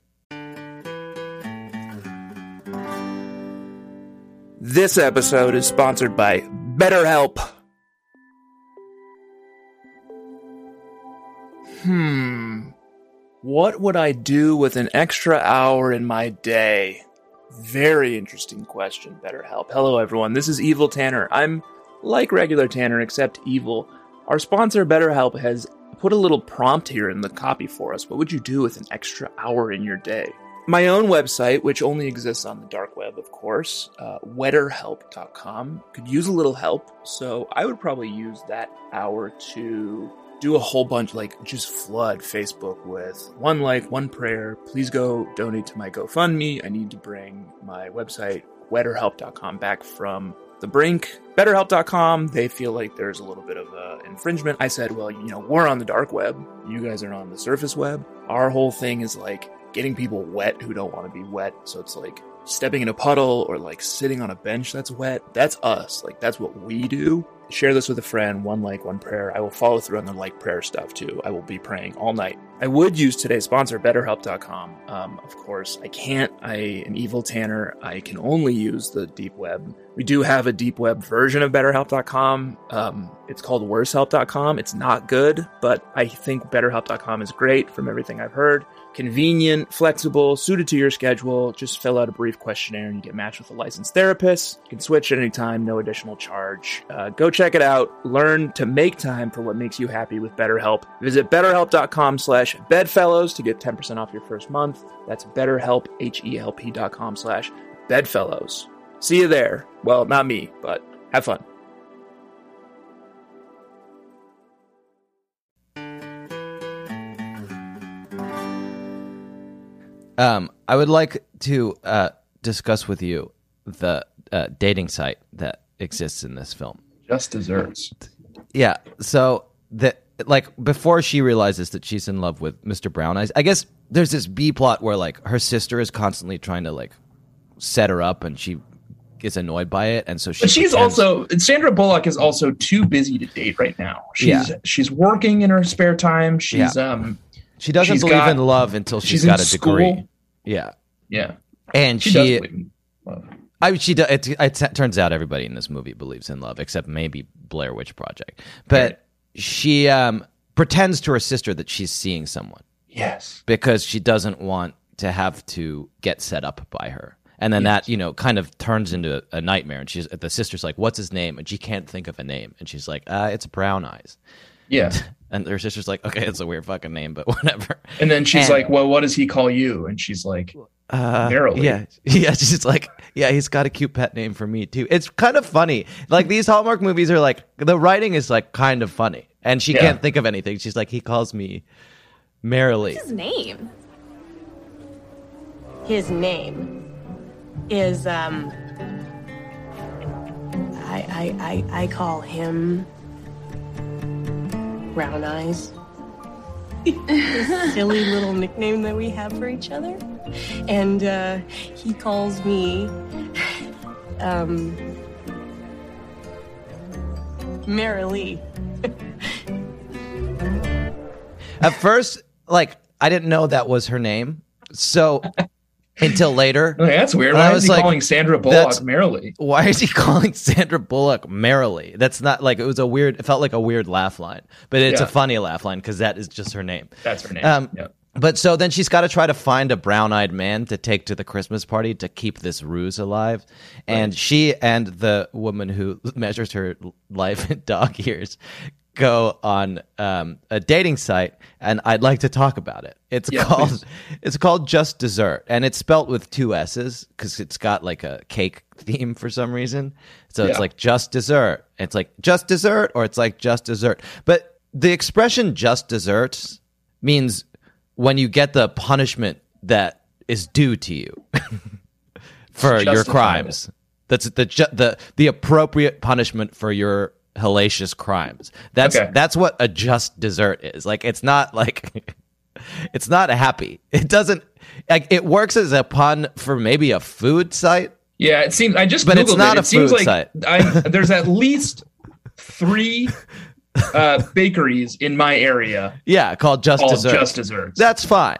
J: This episode is sponsored by BetterHelp. Hmm. What would I do with an extra hour in my day? Very interesting question, BetterHelp. Hello, everyone. This is Evil Tanner. I'm like regular Tanner, except evil. Our sponsor, BetterHelp, has put a little prompt here in the copy for us. What would you do with an extra hour in your day? my own website, which only exists on the dark web, of course, uh, wetterhelp.com, could use a little help. So I would probably use that hour to do a whole bunch, like just flood Facebook with one like, one prayer. Please go donate to my GoFundMe. I need to bring my website, wetterhelp.com, back from the brink. BetterHelp.com, they feel like there's a little bit of uh, infringement. I said, well, you know, we're on the dark web. You guys are on the surface web. Our whole thing is like getting people wet who don't want to be wet. So it's like stepping in a puddle or like sitting on a bench that's wet. That's us. Like that's what we do. Share this with a friend, one like, one prayer. I will follow through on the like prayer stuff too. I will be praying all night. I would use today's sponsor, betterhelp.com. Um, of course, I can't. I am evil Tanner. I can only use the deep web. We do have a deep web version of betterhelp.com. Um, it's called worsehelp.com. It's not good, but I think betterhelp.com is great from everything I've heard convenient, flexible, suited to your schedule. Just fill out a brief questionnaire and you get matched with a licensed therapist. You can switch at any time, no additional charge. Uh, go check it out. Learn to make time for what makes you happy with BetterHelp. Visit betterhelp.com slash bedfellows to get 10% off your first month. That's betterhelp, H-E-L-P dot com slash bedfellows. See you there. Well, not me, but have fun.
B: Um, I would like to uh, discuss with you the uh, dating site that exists in this film.
C: Just desserts.
B: Yeah. So that like before she realizes that she's in love with Mr. Brown Eyes, I guess there's this B plot where like her sister is constantly trying to like set her up, and she gets annoyed by it, and so she
C: But she's
B: pretends-
C: also Sandra Bullock is also too busy to date right now. She's
B: Yeah.
C: she's working in her spare time. She's um
B: she doesn't
C: she's
B: believe
C: got-
B: in love until
C: she's
B: she's got
C: in
B: a degree.
C: school.
B: Yeah.
C: yeah.
B: And
C: She
B: she,
C: does believe in love.
B: I she do, it, it turns out everybody in this movie believes in love except maybe Blair Witch Project. But she um, pretends to her sister that she's seeing someone
C: Yes.
B: because she doesn't want to have to get set up by her. And then that, you know, kind of turns into a nightmare. And she's the sister's like, "What's his name?" And she can't think of a name. And she's like, uh, "It's Brown Eyes."
C: Yeah.
B: (laughs) And her sister's like, "Okay, it's a weird fucking name, but (laughs) whatever."
C: And then she's
B: And-
C: like, Well, what does he call you? And she's like,
B: Uh,
C: Verily.
B: Yeah, (laughs) yeah. She's like, yeah, he's got a cute pet name for me too. It's kind of funny. Like these Hallmark movies are like the writing is like kind of funny, and she
C: Yeah.
B: can't think of anything. She's like, he calls me merrily.
F: His name. His name is um. I I I, I call him Brown Eyes. silly little nickname that we have for each other, and uh, he calls me um Merrily.
B: At first, like I didn't know that was her name, so until
C: (laughs)
B: later,
C: Like, that's weird.
B: And I
C: Why
B: was
C: is he
B: like,
C: calling Sandra
B: that's-
C: Bullock merrily?
B: why is he calling Sandra Bullock merrily? That's not like it was a weird. It felt like a weird laugh line, but it's
C: Yeah.
B: a funny laugh line because that is just her name.
C: That's her name.
B: Um,
C: Yep.
B: But so then she's got to try to find a brown eyed man to take to the Christmas party to keep this ruse alive. And she and the woman who (laughs) measures her life in dog years go on um, a dating site and I'd like to talk about it. It's
C: Yeah,
B: called
C: please.
B: (laughs) it's called Just Dessert and it's spelt with two S's cuz it's got like a cake theme for some reason. So it's
C: Yeah.
B: like just dessert. It's like just dessert or it's like just dessert. But the expression just desserts means when you get the punishment that is due to you (laughs) for your
C: Justified.
B: crimes. That's the ju- the the appropriate punishment for your hellacious crimes. That's
C: Okay.
B: that's what a just dessert is. Like it's not like (laughs) it's not happy. It doesn't like it works as a pun for maybe a food site.
C: Yeah, it seems. I just
B: But
C: googled
B: it's not
C: it.
B: a
C: it seems
B: food
C: like
B: site.
C: I, there's at least three uh, bakeries in my
B: (laughs)
C: area
B: Yeah, called just
C: all
B: dessert.
C: just desserts.
B: That's fine.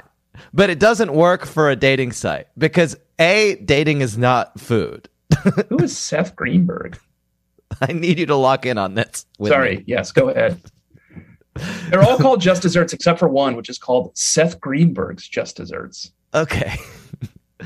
B: But it doesn't work for a dating site because A, dating is not food.
C: Who is Seth Greenberg?
B: (laughs) I need you to lock in on this. with
C: Sorry.
B: me.
C: Yes, go ahead. They're all called just desserts except for one, which is called Seth Greenberg's just desserts.
B: Okay. (laughs)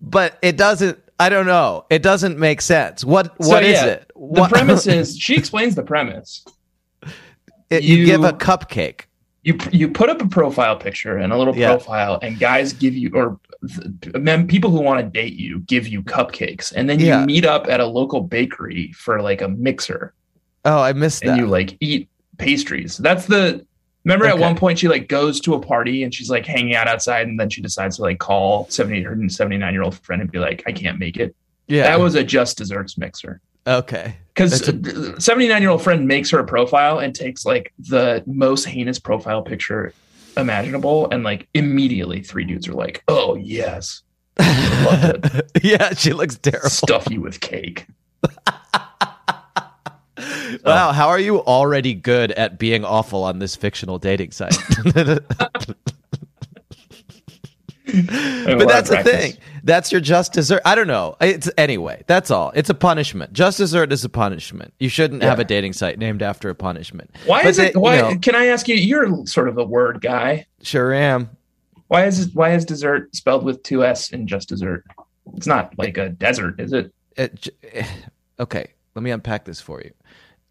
B: but it doesn't I don't know. It doesn't make sense. What
C: So,
B: What is
C: yeah,
B: it? What,
C: The premise is she explains the premise.
B: (laughs) it- you,
C: you-
B: give a cupcake.
C: you you put up a profile picture and a little
B: Yeah.
C: profile and guys give you or th- men people who want to date you give you cupcakes and then you
B: Yeah.
C: meet up at a local bakery for like a mixer
B: Oh, I missed
C: and
B: that.
C: you like eat pastries that's the remember at
B: Okay.
C: one point she like goes to a party and she's like hanging out outside and then she decides to like call 70 her 79 year old friend and be like i can't make it
B: yeah.
C: that was a just desserts mixer
B: okay. (laughs)
C: because
B: That's a-
C: 79 year old friend makes her a profile and takes like the most heinous profile picture imaginable and like immediately three dudes are like
B: (laughs)
C: oh yes
B: yeah, she looks terrible.
C: stuff you with cake
F: Oh.
B: Wow, how are you already good at being awful on this fictional dating
F: (laughs)
B: site? but
K: lot of
B: that's the
K: practice.
B: thing. That's your just dessert. I don't know. It's anyway. That's all. It's a punishment. Just dessert is a punishment. You shouldn't have
F: Yeah.
B: a dating site named after a punishment.
F: Why
B: But
F: is it?
B: they- you
F: Why
B: know,
F: can I ask you? You're sort of a word guy.
B: Sure am.
F: Why is why is dessert spelled with two s and just dessert? It's not like a desert, is it?
B: it j- eh, okay, let me unpack this for you.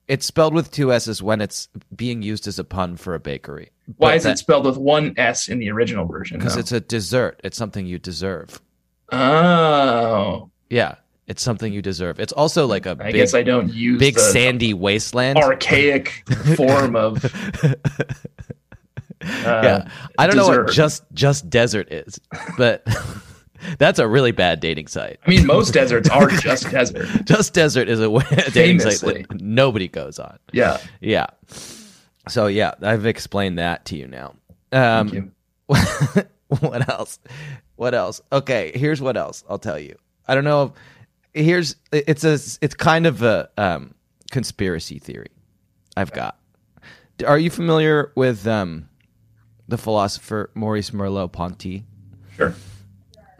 B: It's spelled with two s's when it's being used as a pun for a bakery.
F: Why
B: But
F: is it
B: that-
F: spelled with one s in the original version?
B: Because
F: though?
B: it's a dessert. It's something you deserve.
F: Oh.
B: Yeah. It's something you deserve. It's also like a
F: I
B: big,
F: guess I don't use
B: big
F: the
B: sandy wasteland. (laughs)
F: archaic form of. uh,
B: yeah. I don't know what
F: dessert.
B: just just desert is, but (laughs) that's a really bad dating site.
F: I mean, most
B: (laughs)
F: deserts are just desert.
B: just desert is a, (laughs) way- a dating site
F: Famously.
B: that nobody goes on.
F: Yeah.
B: Yeah. So yeah, I've explained that to you now. Um, what else? What else? Okay, here's what else I'll tell you. I don't know. If, here's it's a it's kind of a um, conspiracy theory. I've got. Are you familiar with um, the philosopher Maurice Merleau-Ponty?
F: Sure.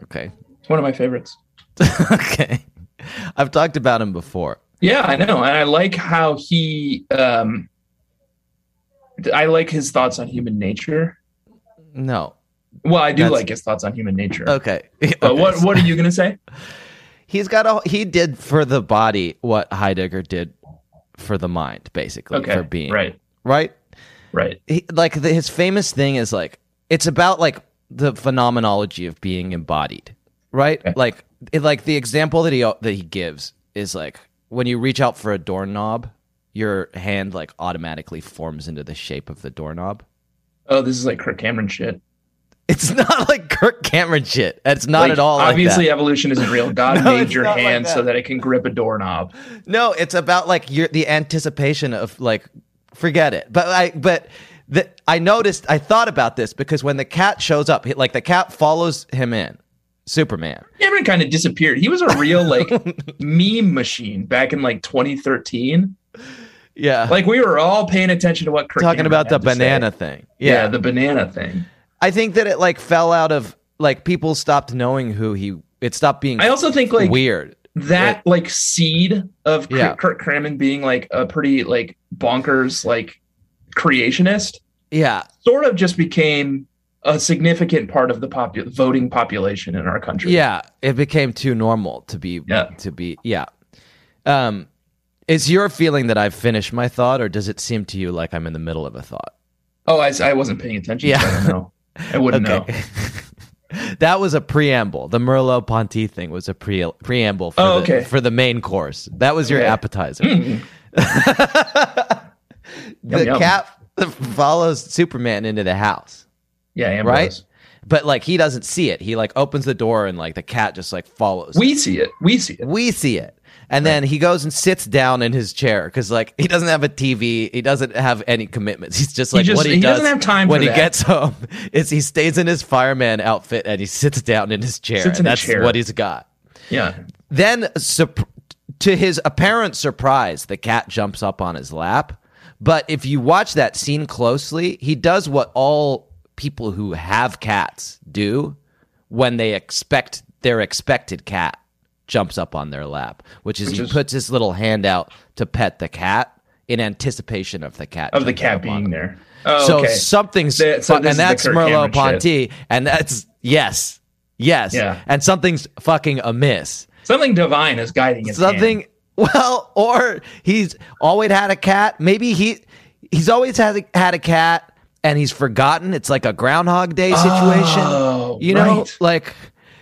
B: Okay. (laughs)
F: It's one of my favorites.
B: okay. I've talked about him before.
F: Yeah, I know, and I like how he. Um, I like his thoughts on human nature.
B: No.
F: Well, I do
B: That's-
F: like his thoughts on human nature.
B: Okay.
F: But
B: Okay,
F: what what are you gonna say?
B: He's got a he did for the body what Heidegger did for the mind, basically
F: Okay,
B: for being
F: right.
B: right,
F: right.
B: He, like the, his famous thing is like it's about like the phenomenology of being embodied, right? Like it, like the example that he that he gives is like when you reach out for a doorknob, your hand like automatically forms into the shape of the doorknob.
F: Oh, this is like Kirk Cameron shit.
B: It's (laughs) not like Kirk Cameron shit. It's not
F: Like,
B: at all. like
F: Obviously,
B: that.
F: evolution
B: (laughs)
F: isn't real. God
B: No,
F: made
B: it's
F: your
B: not like
F: hand so
B: that.
F: that it can grip a doorknob.
B: No, it's about like your the anticipation of like forget it. But I but the, I noticed I thought about this because when the cat shows up, he- like the cat follows him in. Superman.
F: Cameron kind of disappeared. He was a real
B: (laughs)
F: like meme machine back in like 2013.
B: Yeah.
F: Like we were all paying attention to what Kirk
B: Talking
F: Cameron
B: about the
F: had to say.
B: banana thing.
F: Yeah.
B: Yeah.
F: the banana thing.
B: I think that it like fell out of like people stopped knowing who he it stopped being
F: I also think like
B: weird.
F: that like seed of Kurt
B: Yeah.
F: Kirk Crammon being like a pretty like bonkers like creationist
B: Yeah.
F: sort of just became a significant part of the popu- voting population in our country.
B: Yeah, it became too normal to be to be yeah. Um is your feeling that I've finished my thought or does it seem to you like I'm in the middle of a thought?
F: Oh, I, I wasn't paying attention. Yeah. So I don't know.
B: (laughs)
F: I wouldn't know.
B: that was a preamble. The Merlot Ponty thing was a pre- preamble for,
F: Oh,
B: the,
F: okay.
B: for the main course. That was your
F: Okay.
B: appetizer.
F: Mm.
B: (laughs) the
F: Yum, yum.
B: cat follows Superman into the house.
F: Yeah, Ambrose.
B: right? But like he doesn't see it. He like opens the door and like the cat just like follows.
F: We see it. We see it.
B: We see it. And then he goes and sits down in his chair because, like, he doesn't have a TV. He doesn't have any commitments. He's just
F: He
B: like
F: just-
B: what he,
F: he
B: does
F: doesn't have time
B: when
F: for
B: he
F: that.
B: gets home is he stays in his fireman outfit and he sits down in his chair.
F: Sits
B: and
F: in a
B: that's
F: chair.
B: what he's got.
F: Yeah.
B: Then, sup- to his apparent surprise, the cat jumps up on his lap. But if you watch that scene closely, he does what all people who have cats do when they expect their expected cat jumps up on their lap, which is
F: Which
B: he
F: is-
B: puts his little hand out to pet the cat in anticipation of the cat
F: Of the
B: jumping
F: cat
B: up on
F: being
B: him.
F: there. Oh,
B: so
F: okay.
B: something's
F: That- so
B: fu-
F: this is
B: and
F: the
B: that's
F: Kirk
B: Merleau
F: Cameron
B: Ponty, and that's yes, yes,
F: Yeah.
B: and something's fucking amiss.
F: Something divine is guiding his hand.
B: Something (laughs) well, or he's always had a cat. Maybe he he's always had a, had a cat and he's forgotten. It's like a Groundhog Day situation.
F: Oh,
B: you know,
F: right.
B: like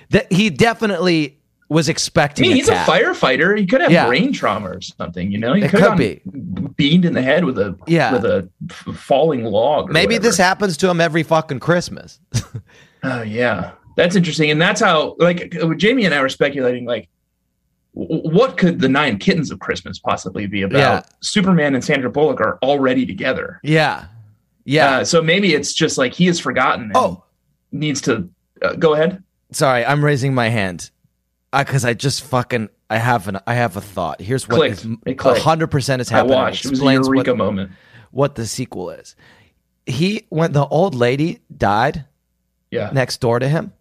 B: that. He definitely was
F: I
B: expecting.
F: mean,
B: a
F: he's a
B: cat.
F: firefighter. He could have
B: Yeah.
F: brain trauma or something. You know, he
B: It
F: could have
B: could be.
F: gotten beamed in the head with a
B: Yeah.
F: with a f- falling log. or
B: Maybe this
F: whatever.
B: happens to him every fucking Christmas.
F: Oh yeah, that's interesting. And that's how like uh, Jamie and I were speculating like. w- What could the nine kittens of Christmas possibly be about?
B: Yeah.
F: Superman and Sandra Bullock are already together.
B: yeah, yeah.
F: Uh, so maybe it's just like he is forgotten. And
B: Oh.
F: needs to uh, go ahead.
B: Sorry, I'm raising my hand because Uh, I just fucking I have an I have a thought. Here's what
F: Clicked.
B: is
F: It clicked.
B: hundred percent is
F: I
B: happening.
F: watched. It was a
B: Explains
F: eureka
B: what,
F: moment.
B: What the sequel is? He when the old lady died,
F: Yeah.
B: next door to him,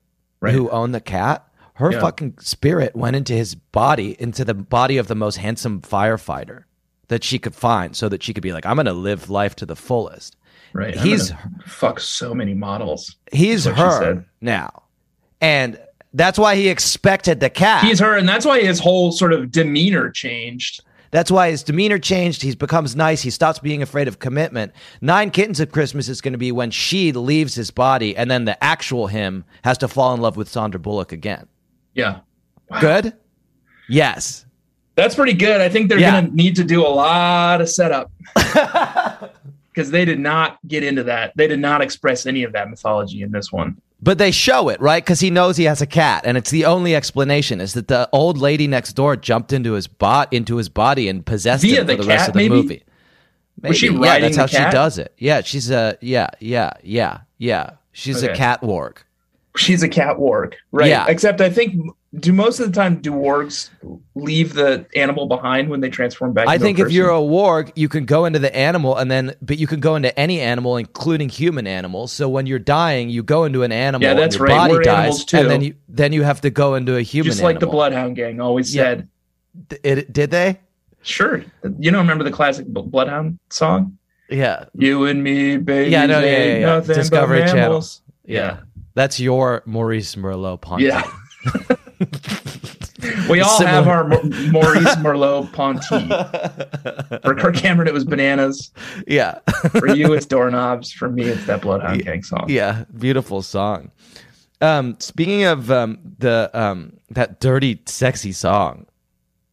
F: Right.
B: who owned the cat. Her
F: Yeah.
B: fucking spirit went into his body, into the body of the most handsome firefighter that she could find, so that she could be like, "I'm going to live life to the fullest."
F: Right. I'm
B: He's
F: gonna fuck so many models.
B: he's
F: That's what she
B: her
F: said.
B: now, and that's why he expected the cat.
F: He's her, and that's why his whole sort of demeanor changed.
B: That's why his demeanor changed. He becomes nice. He stops being afraid of commitment. Nine Kittens at Christmas is going to be when she leaves his body, and then the actual him has to fall in love with Sandra Bullock again.
F: Yeah.
B: Good? Yes.
F: That's pretty good. I think they're
B: Yeah.
F: going to need to do a lot
B: (laughs)
F: of setup (laughs) because they did not get into that. They did not express any of that mythology in this one.
B: But they show it, right? Because he knows he has a cat, and it's the only explanation is that the old lady next door jumped into his bot into his body and possessed
F: Via
B: him
F: the
B: for the rest
F: cat,
B: of the
F: maybe?
B: movie.
F: Was she
B: yeah,
F: riding
B: that's
F: the
B: how
F: cat?
B: she does it. Yeah, she's a yeah, yeah, yeah, yeah. She's a
F: Okay.
B: cat warg.
F: She's a cat warg, right?
B: Yeah.
F: Except I think do most of the time do wargs leave the animal behind when they transform back?
B: I
F: into a
B: think if
F: person?
B: you're a warg, you can go into the animal and then, but you can go into any animal, including human animals. So when you're dying, you go into an animal.
F: Yeah,
B: and
F: that's
B: your
F: right.
B: Body
F: We're
B: dies,
F: animals too.
B: and then you then you have to go into a human.
F: just like the
B: animal.
F: bloodhound gang always
B: Yeah.
F: said,
B: Th- It, did they?
F: sure. You don't remember the classic B- bloodhound song?
B: Yeah.
F: You and me, baby.
B: Yeah. No. Yeah. yeah,
F: ain't
B: yeah.
F: Nothing but
B: Discovery Channel.
F: mammals.
B: Yeah. That's your Maurice Merlot Ponty.
F: Yeah. (laughs) We all
B: Similar-
F: have our Ma-
B: (laughs)
F: Maurice Merlot Ponty. For Kirk Cameron, it was bananas.
B: (laughs) Yeah.
F: For you, it's doorknobs. For me, it's that Bloodhound Gang song.
B: Yeah, beautiful song. Um, speaking of um, the um, that dirty, sexy song.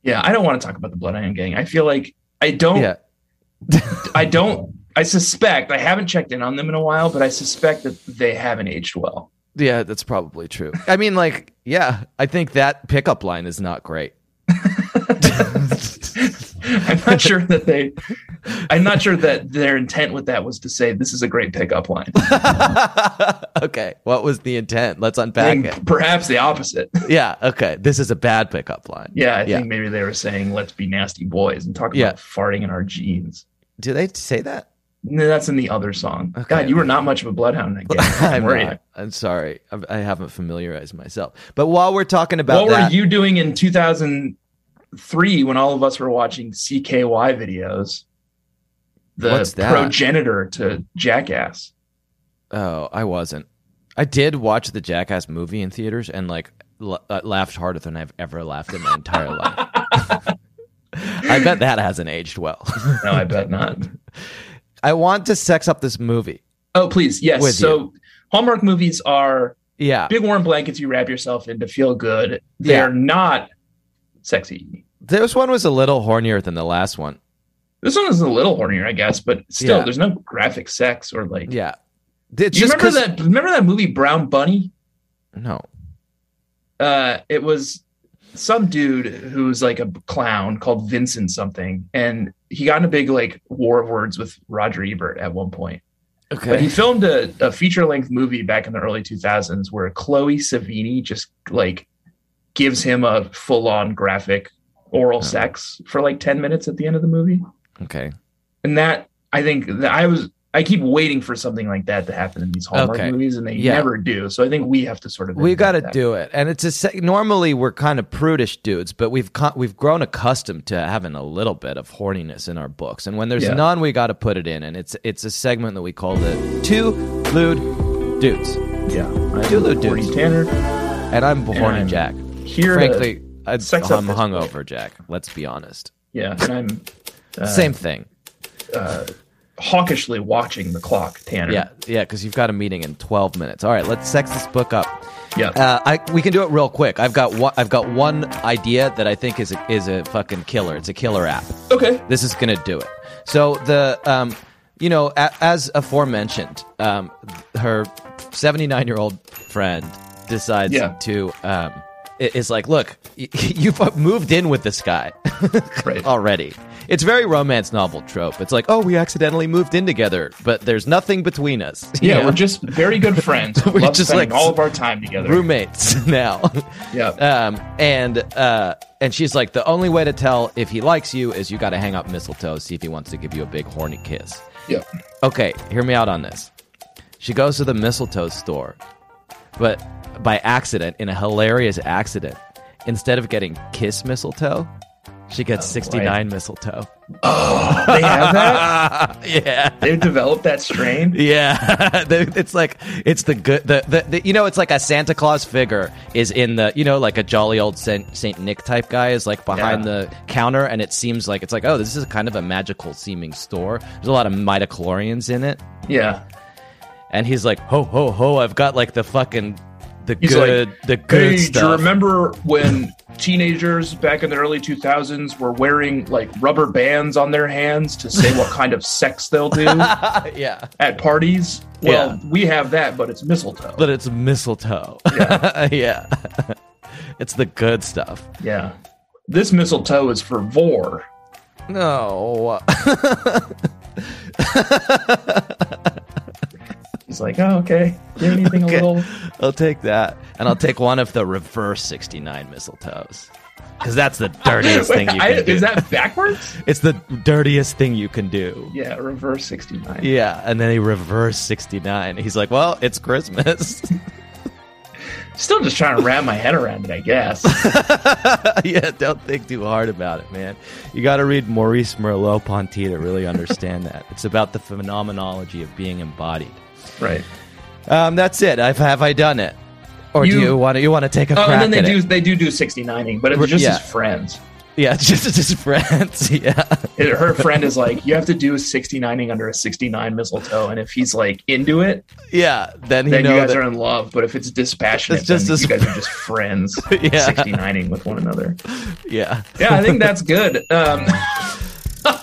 F: Yeah, I don't want to talk about the Bloodhound Gang. I feel like I don't.
B: Yeah.
F: I don't. I suspect I haven't checked in on them in a while, but I suspect that they haven't aged well.
B: Yeah, that's probably true. I mean, like, yeah, I think that pickup line is not great. (laughs)
F: I'm not sure that they. I'm not sure that their intent with that was to say this is a great pickup line.
B: okay, what was the intent? Let's
F: I
B: unpack
F: think
B: it.
F: perhaps the opposite.
B: Yeah, okay, this is a bad pickup line.
F: Yeah, I
B: yeah.
F: think maybe they were saying let's be nasty boys and talk
B: Yeah.
F: about farting in our jeans.
B: Do they say that?
F: No, that's in the other song. God, you were not much of a bloodhound in that
B: (laughs)
F: game. I'm
B: (laughs) I'm,
F: worried.
B: not. I'm sorry, I, I haven't familiarized myself. But while we're talking about
F: What
B: that,
F: were you doing in 2003 when all of us were watching CKY videos? The
B: What's that?
F: progenitor to Jackass.
B: Oh, I wasn't. I did watch the Jackass movie in theaters and like l- uh, laughed harder than I've ever laughed in my entire life. (laughs) I bet that hasn't aged well.
F: No, I bet not.
B: (laughs) I want to sex up this movie.
F: Oh, please. Yes.
B: With
F: so
B: you.
F: Hallmark movies are
B: Yeah.
F: big warm blankets you wrap yourself in to feel good. They
B: Yeah.
F: are not sexy.
B: This one was a little hornier than the last one.
F: This one is a little hornier, I guess, but still,
B: Yeah.
F: there's no graphic sex or like.
B: Yeah. It's
F: Do you
B: just
F: remember
B: 'cause-
F: that? Remember that movie Brown Bunny?
B: No.
F: uh, it was some dude who was like a clown called Vincent something, and he got in a big like war of words with Roger Ebert at one point. But he
B: Okay.
F: filmed a, a feature length movie back in the early 2000s where Chloe Savini just like gives him a full on graphic
B: Uh-huh.
F: oral sex for like 10 minutes at the end of the movie.
B: Okay.
F: And that, I think that I was, I keep waiting for something like that to happen in these Hallmark
B: Okay.
F: movies and they
B: Yeah.
F: never do. So I think we have to sort of,
B: We
F: invent
B: got to
F: that.
B: do it. And it's a sec- normally we're kind of prudish dudes, but we've con- we've grown accustomed to having a little bit of horniness in our books. And when there's
F: Yeah.
B: none, we got to put it in. And it's it's a segment that we call the Two Lewd Dudes.
F: Yeah. I'm
B: Two Lewd
F: Corey
B: Dudes.
F: Tanner.
B: And I'm horny
F: I'm
B: Jack.
F: here to
B: Frankly, I, I'm
F: sex up this
B: hungover Jack. Let's be honest.
F: Yeah, and I'm uh,
B: Same thing.
F: hawkishly watching the clock, Tanner.
B: Yeah, yeah, because you've got a meeting in 12 minutes. All right, let's sex this book up.
F: Yeah.
B: Uh, I, we can do it real quick. I've got one. I've got one idea that I think is a, is a fucking killer. It's a killer app.
F: Okay.
B: This is gonna do it. So the um, you know, a, as aforementioned, um, her seventy nine year old friend decides
F: Yeah.
B: to (laughs) um, i- is like, look, y- you've moved in with this guy
F: Right.
B: already. it's very romance novel trope. It's like, oh, we accidentally moved in together, but there's nothing between us. (laughs)
F: Yeah,
B: You know?
F: we're just
B: (laughs)
F: very good friends.
B: We're
F: we love
B: just
F: spending
B: like
F: all of our time together.
B: roommates (laughs) now.
F: Yeah.
B: Um, and uh, and she's like, the only way to tell if he likes you is you got to hang up mistletoe, see if he wants to give you a big horny kiss.
F: Yeah.
B: Okay, hear me out on this. She goes to the mistletoe store, but by accident, in a hilarious accident, instead of getting kiss mistletoe, she gets 69 mistletoe.
F: Oh, (laughs) they have that?
B: (laughs) yeah.
F: They've developed that strain?
B: Yeah, (laughs) The- it's like it's the good the, the, the you know it's like a Santa Claus figure is in the you know like a jolly old Saint, Saint Nick type guy is like behind
F: Yeah.
B: the counter and it seems like it's like oh this is kind of a magical seeming store. There's a lot of midichlorians in it.
F: Yeah.
B: and he's like ho ho ho I've got like the fucking the
F: He's
B: good
F: like,
B: the good
F: hey, do you
B: stuff.
F: remember when teenagers back in the early 2000s were wearing like rubber bands on their hands to say what kind of sex
B: (laughs)
F: they'll do
B: yeah.
F: at parties? Well, we have that, but it's mistletoe.
B: But it's mistletoe. (laughs) Yeah. it's the good stuff.
F: Yeah. This mistletoe is for vor.
B: No.
F: He's like, oh, okay. Give me anything a little.
B: I'll take that, and I'll take one of the reverse sixty-nine mistletoes, because that's the dirtiest
F: Wait, (laughs)
B: thing you
F: I-
B: can do.
F: Is
B: (laughs)
F: that backwards?
B: It's the dirtiest thing you can do.
F: yeah, reverse 69.
B: Yeah, and then he reverse sixty-nine. He's like, "Well, it's Christmas." (laughs)
F: Still just trying to wrap my head around it,
B: (laughs)
F: I guess.
B: yeah, don't think too hard about it, man. You got to read Maurice Merleau-Ponty to really understand that. It's about the phenomenology of being embodied.
F: right.
B: Um, that's it. I've, have I done it, or do
F: You-
B: you want to you want to take a
F: Oh,
B: crack
F: and then they
B: at
F: do
B: it?
F: they do do 69ing, but it's just
B: Yeah.
F: his friends.
B: Yeah, (laughs) just just friends. (laughs) Yeah.
F: It- Her friend is like, you have to do a 69ing under a 69 mistletoe, and if he's like into it,
B: Yeah, then he
F: then you
B: know
F: guys
B: that
F: are in love. But if it's dispassionate,
B: It's just
F: then
B: this-
F: you guys are just friends
B: (laughs) Yeah.
F: 69ing with one another.
B: yeah.
F: Yeah, I think that's good. Um,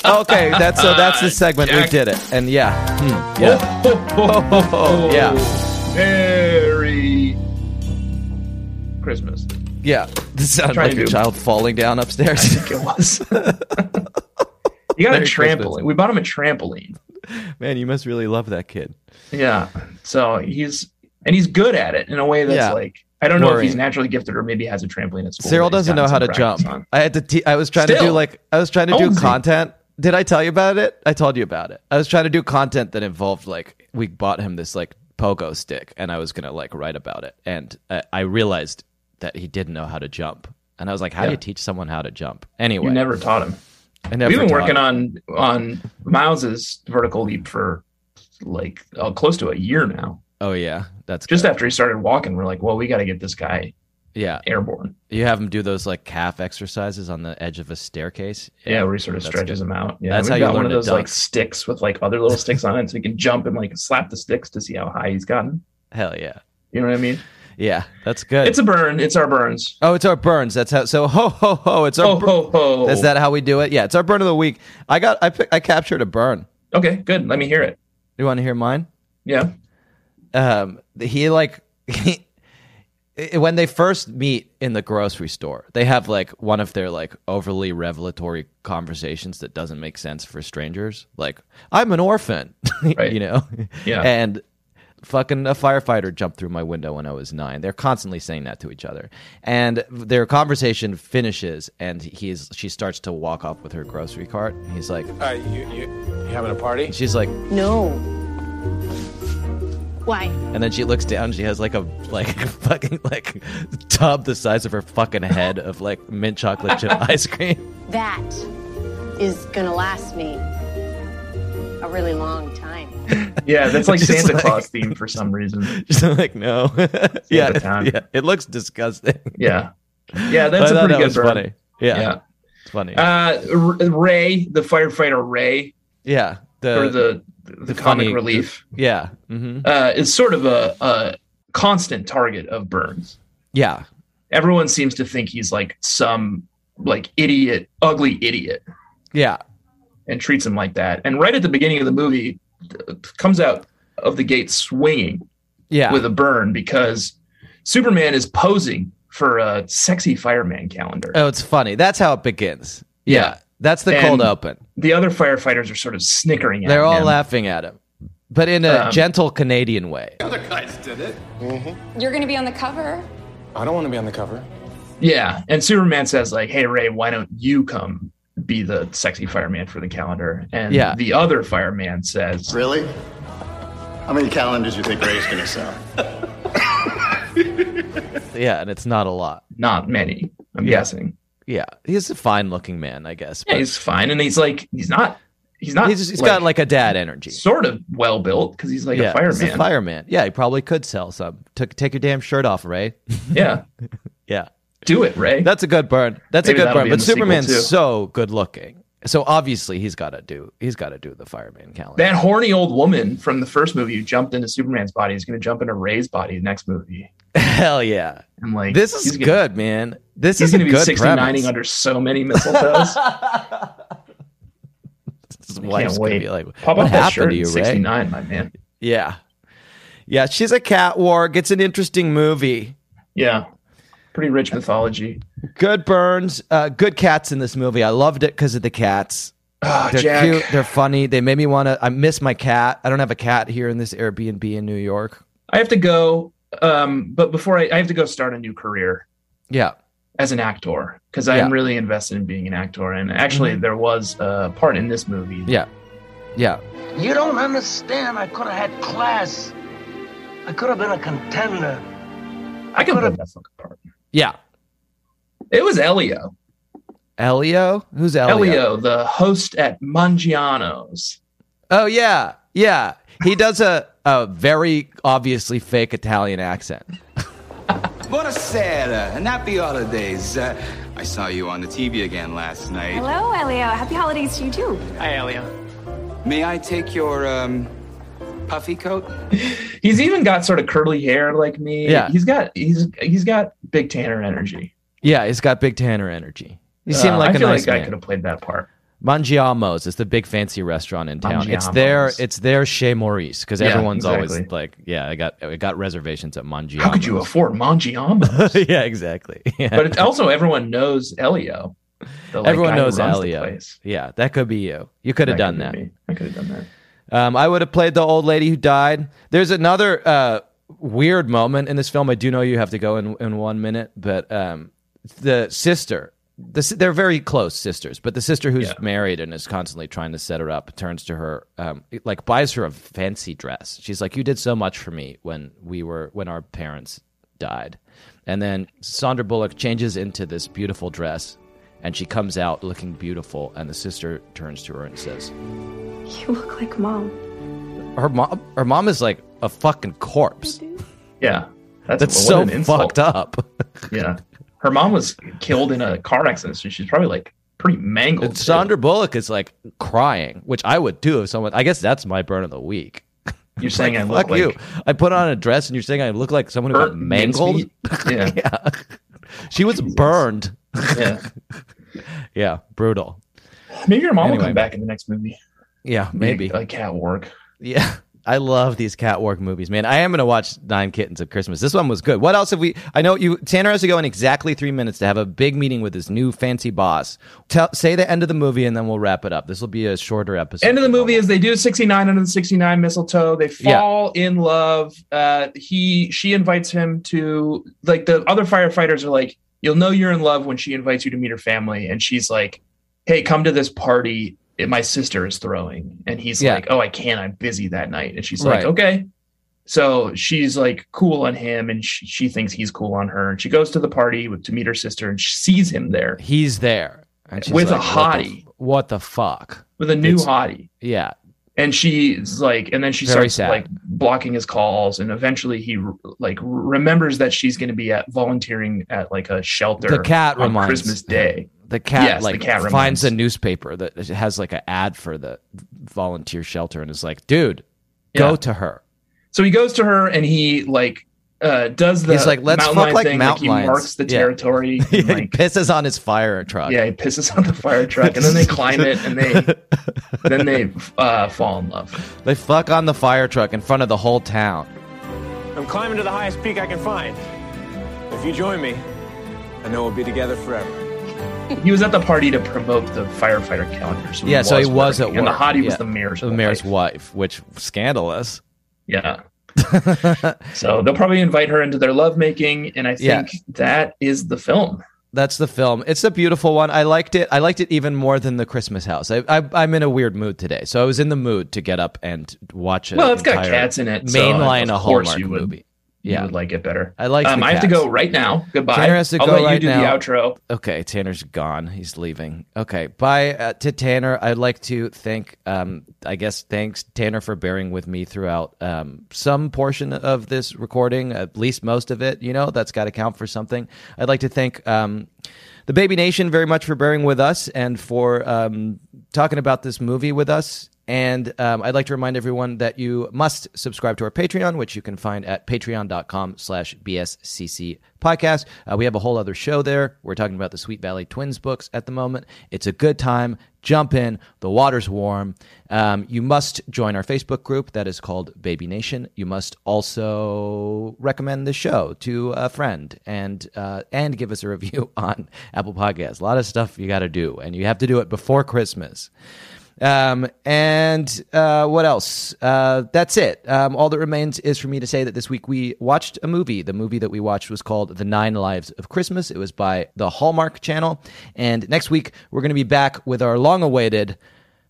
B: okay, that's so that's (laughs) the segment we
F: Jack.
B: did it. And yeah. Hmm, yeah.
F: oh,
B: Yeah.
F: Merry Christmas.
B: Yeah. This sounded
F: Trying
B: like
F: to
B: a
F: do-
B: child falling down upstairs. (laughs)
F: It was. you got
B: Merry
F: a trampoline.
B: Christmas.
F: We bought him a trampoline.
B: Man, you must really love that kid.
F: Yeah. So he's and he's good at it in a way that's
B: Yeah.
F: like I don't know if he's
B: Worrying.
F: naturally gifted or maybe has a trampoline at school.
B: Cyril
F: that he's
B: doesn't know
F: gotten
B: how to
F: some practice
B: jump.
F: on.
B: I had to te- I was trying to do
F: Still.
B: like I was trying to do
F: Owns it.
B: content. Did I tell you about it? I told you about it. I was trying to do content that involved like we bought him this like pogo stick and I was going to like write about it and uh, I realized that he didn't know how to jump. And I was like, how do
F: Yeah.
B: you teach someone how to jump? Anyway,
F: You never taught him.
B: I never
F: We've been
B: taught
F: working
B: him.
F: on on Miles's vertical leap for like uh, close to a year now.
B: Oh yeah, that's
F: Just
B: good.
F: after he started walking, we're like, well, we got to get this guy
B: yeah.
F: airborne.
B: You have him do those like calf exercises on the edge of a staircase.
F: Yeah, where he sort of
B: that's
F: stretches him out. Yeah,
B: That's
F: we've
B: how you
F: got one
B: learn
F: of
B: to
F: those like
B: dunk.
F: sticks with like other little sticks on it, so he can jump and like slap the sticks to see how high he's gotten.
B: Hell yeah,
F: You know what I mean?
B: yeah, that's good.
F: It's a burn. It's our burns.
B: oh, it's our burns. That's how. So (laughs) ho ho ho. It's our.
F: Oh
B: bur-
F: ho ho!
B: Is that how we do it? Yeah, it's our burn of the week. I got. I pick, I captured a burn.
F: okay? Good. Let me hear it.
B: You want to hear mine?
F: Yeah.
B: um, he like he, (laughs) when they first meet in the grocery store, they have like one of their like overly revelatory conversations that doesn't make sense for strangers. Like, I'm an orphan, (laughs)
F: Right.
B: you know,
F: Yeah.
B: (laughs) and fucking a firefighter jumped through my window when I was nine. They're constantly saying that to each other, and their conversation finishes, and he's she starts to walk off with her grocery cart, and he's like,
H: Uh, you, you, you having a party?
B: she's like,
E: No. Why?
B: And then she looks down. She has like a like (laughs) fucking like tub the size of her fucking head of like mint chocolate
F: (laughs)
B: chip ice cream. (laughs)
E: That is gonna last me a really long time.
F: Yeah, that's like
B: It's (laughs) just
F: Santa
B: like-
F: Claus theme for some reason.
B: She's like, no, (laughs) yeah, it-
F: time.
B: yeah. It looks disgusting.
F: Yeah,
B: (laughs)
F: yeah,
B: I
F: that's a
B: thought
F: pretty
B: that
F: good
B: was
F: burn.
B: funny. Yeah,
F: Yeah,
B: it's funny.
F: Uh, R- Ray, the firefighter Ray,
B: yeah, Uh, the,
F: or the the, comic
B: funny-
F: relief,
B: yeah, hmm
F: uh, is sort of a, a constant target of Burns.
B: yeah,
F: Everyone seems to think he's like some like idiot, ugly idiot,
B: yeah,
F: and treats him like that. And right at the beginning of the movie, th- comes out of the gate swinging.
B: yeah.
F: with a burn because Superman is posing for a sexy fireman calendar.
B: oh, it's funny. That's how it begins. Uh, Yeah, That's the
F: And
B: cold open.
F: The other firefighters are sort of snickering at
B: They're all
F: him.
B: laughing at him, but in a
F: Um,
B: gentle Canadian way.
C: other guys did it.
E: You're gonna be on the cover.
F: I don't want to be on the cover. Yeah, and Superman says like, "Hey Ray, why don't you come be the sexy fireman for the calendar?" And
C: Yeah.
F: the other fireman says,
C: "Really? How many calendars you think Ray's gonna sell?
B: Yeah, and it's not a lot.
F: Not many, I'm guessing.
B: Yeah, he's a fine-looking man, I guess.
F: Yeah, he's fine, and he's like, he's not, he's not.
B: He's, he's got like a dad energy,
F: sort of well built because he's like a
B: yeah, he's
F: fireman.
B: fireman. Yeah, he probably could sell some. Took, take your damn shirt off,
F: (laughs)
B: Ray.
F: Yeah,
B: (laughs) yeah.
F: Do it, Ray.
B: That's a good burn. That's
F: Maybe
B: a good
F: that'll
B: burn.
F: be in
B: But
F: the sequel, too.
B: Superman's so good looking, so obviously he's got to do. He's got to do the fireman calendar.
F: that horny old woman from the first movie who jumped into Superman's body is going to jump into Ray's body the next movie.
B: (laughs) Hell yeah!
F: I'm like,
B: this is
F: he's gonna-
B: good, man. This
F: he's
B: is a
F: going to be
B: good
F: 69ing
B: premise.
F: under so many
B: (laughs)
F: mistletoes.
B: His wife's
F: I can't
B: gonna
F: wait.
B: be like,
F: Pop
B: "What
F: up that
B: happened
F: shirt
B: to
F: in
B: you, Ray?"
F: 69, my man.
B: Yeah, yeah. She's a cat warg. It's an interesting movie.
F: Yeah, pretty
B: (laughs)
F: rich mythology.
B: Good burns. Uh, good cats in this movie. I loved it because of the cats.
F: Ah,
B: they're
F: Jack.
B: cute. They're funny. They made me want to. I miss my cat. I don't have a cat here in this Airbnb in New York.
F: I have to go, um, but before I, I have to go start a new career
B: Yeah.
F: as an actor because
B: Yeah.
F: I'm really invested in being an actor. And actually,
B: Mhm.
F: there was a part in this movie.
B: Yeah. Yeah.
L: You don't understand. I could have had class. I could have been a contender.
F: I could have that fucking part.
B: Yeah.
F: It was Elio.
B: Elio? Who's Elio?
F: Elio, the host at Mangiano's.
B: Oh yeah, yeah. He does a a very obviously fake Italian accent.
H: Buonasera, and happy holidays. Uh, I saw you on the TV again last night.
E: Hello, Elio. Happy holidays to you too.
H: Hi, Elio. May I take your um, puffy coat?
F: He's even got sort of curly hair like me.
B: Yeah.
F: he's got he's he's got big Tanner energy.
B: Yeah, he's got big Tanner energy. He seemed
F: Uh,
B: like
F: I
B: a
F: feel
B: nice
F: like I
B: man.
F: could have played that part.
B: Mangiamo's is the big fancy restaurant in town. It's
F: Mangiamo's.
B: there. It's there chez Maurice because
F: Yeah,
B: everyone's always
F: exactly.
B: like, yeah, I got I got reservations at Mangiamo's.
F: How
B: (laughs)
F: could you afford Mangiamo's?
B: yeah, exactly. (laughs) Yeah.
F: But it's also everyone knows Elio. the, like,
B: Everyone
F: guy who
B: knows
F: runs the
B: Elio.
F: place.
B: Yeah, that could be you. You could have
F: That
B: done
F: could
B: that.
F: be me. I could have done that.
B: Um, I would have played the old lady who died. There's another uh, weird moment in this film. I do know you have to go in in one minute, but um, the sister. The, si- they're very close sisters, but the sister who's married and is constantly trying to set her up turns to her, um, it, like buys her a fancy dress. She's like, "You did so much for me when we were when our parents died," and then Sandra Bullock changes into this beautiful dress, and she comes out looking beautiful. And the sister turns to her and says,
M: You look like mom.
B: her mom her mom is like a fucking corpse
F: Yeah. That's,
B: That's
F: what
B: so
F: an insult.
B: fucked up
F: (laughs) yeah. Her mom was killed in a car accident, so she's probably like pretty mangled.
B: and sandra bullock is like crying which i would do if someone i guess that's my burn of the week
F: You're saying I look
B: fuck you i put on a dress and you're saying i look like someone who got
F: Burnt
B: mangled (laughs)
F: mincemeat.
B: yeah she was burned
F: Yeah.
B: (laughs) yeah brutal
F: Maybe your mom will
B: Anyway.
F: come back in the next movie.
B: yeah maybe
F: Like cat work.
B: yeah (laughs) I love these catwalk movies, man. I am gonna watch Nine Kittens at Christmas. This one was good. What else have we? I know you. Tanner has to go in exactly three minutes to have a big meeting with his new fancy boss. Tell, say the end of the movie, and then we'll wrap it up. This will be a shorter episode.
F: End of the movie is they do 69 under the 69 mistletoe. They
B: Yeah.
F: fall in love. Uh, he she invites him to like the other firefighters are like, you'll know you're in love when she invites you to meet her family. And she's like, Hey, come to this party that my sister is throwing. And he's
B: Yeah.
F: like, Oh, I can't, I'm busy that night. And she's
B: Right.
F: like, Okay. So she's like cool on him, and she, she thinks he's cool on her. And she goes to the party with, to meet her sister, and she sees him there
B: He's there and she's
F: With a
B: like, what the-
F: hottie.
B: What the fuck?
F: with a new
B: It's-
F: hottie.
B: Yeah,
F: and she's like and then she
B: Very
F: starts
B: sad.
F: like blocking his calls and eventually he like remembers that she's going to be at volunteering at like a shelter
B: the cat
F: on
B: reminds
F: christmas day
B: The cat
F: Yes, the
B: like
F: cat
B: finds
F: reminds.
B: a newspaper that has like an ad for the volunteer shelter and is like, dude, go
F: Yeah.
B: to her. (laughs)
F: so he goes to her and he like uh does the
B: He's like, "Let's
F: mountain
B: fuck
F: lion
B: like
F: thing,
B: mountain
F: he
B: lions."
F: marks the
B: Yeah. (laughs)
F: territory
B: he
F: and, like
B: pisses on his fire truck.
F: yeah he pisses on the fire truck and then they climb it and
B: (laughs)
F: they then they uh fall in love
B: They fuck on the fire truck in front of the whole town.
N: I'm climbing to the highest peak I can find. If you join me, I know we'll be together forever.
C: he was at the party to promote the firefighter calendar. So he
B: yeah, so he was
C: working.
B: at
C: and the
B: work.
C: hottie was
B: Yeah.
C: the mayor's
B: the mayor's wife, which scandalous. (laughs)
C: Yeah. so they'll probably invite her into their lovemaking, and I
B: Yeah.
C: think that is the film.
B: That's the film. It's a beautiful one. I liked it. I liked it even more than the Christmas House. I, I, I'm in a weird mood today, so I was in the mood to get up and watch it.
C: well, it's got cats in it.
B: Mainline
C: so
B: a
C: of course
B: Hallmark
C: you would,
B: movie.
C: You would like it better.
B: I like.
C: Um, I have to go right now. Goodbye.
B: Tanner has to
C: I'll
B: go
C: let you
B: right
C: do the
B: now.
C: outro.
B: Okay, Tanner's gone. He's leaving. Okay, bye uh, to Tanner. I'd like to thank, um, I guess, thanks Tanner for bearing with me throughout um, some portion of this recording, at least most of it. You know, that's got to count for something. I'd like to thank um, the Baby Nation very much for bearing with us and for um, talking about this movie with us. And um, I'd like to remind everyone that you must subscribe to our Patreon, which you can find at patreon.com slash BSCC podcast. Uh, we have a whole other show there. We're talking about the Sweet Valley Twins books at the moment. It's a good time. Jump in. The water's warm. Um, you must join our Facebook group that is called Baby Nation. You must also recommend the show to a friend and uh, and give us a review (laughs) on Apple Podcasts. A lot of stuff you got to do, and you have to do it before Christmas. Um, and uh, what else? Uh, that's it. Um, all that remains is for me to say that this week we watched a movie. The movie that we watched was called The Nine Lives of Christmas. It was by the Hallmark Channel. And next week we're going to be back with our long awaited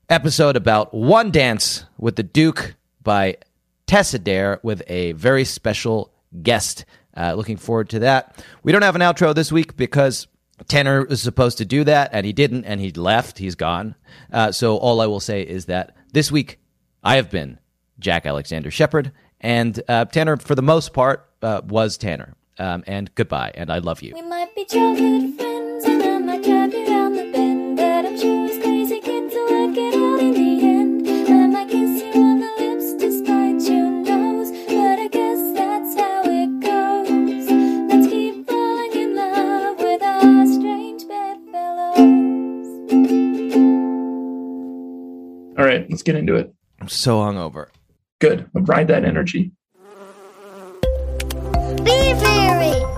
B: episode about One Dance with the Duke by Tessa Dare with a very special guest. Uh, looking forward to that. We don't have an outro this week because Tanner was supposed to do that and he didn't, and he left. He's gone. Uh, so all I will say is that this week I have been Jack Alexander Shepard, and uh, Tanner, for the most part, uh, was Tanner. Um, and goodbye, and I love you.
A: We might be childhood friends, and I might drive you round the bend. But I'm sure as crazy kids will work it out in the end. I might kiss you on the lips despite your nose. But I guess that's how it goes. Let's keep falling in love with our strange bedfellows.
C: All right, let's get into it.
B: I'm so hungover.
C: Good. Ride that energy.
O: Be fairy.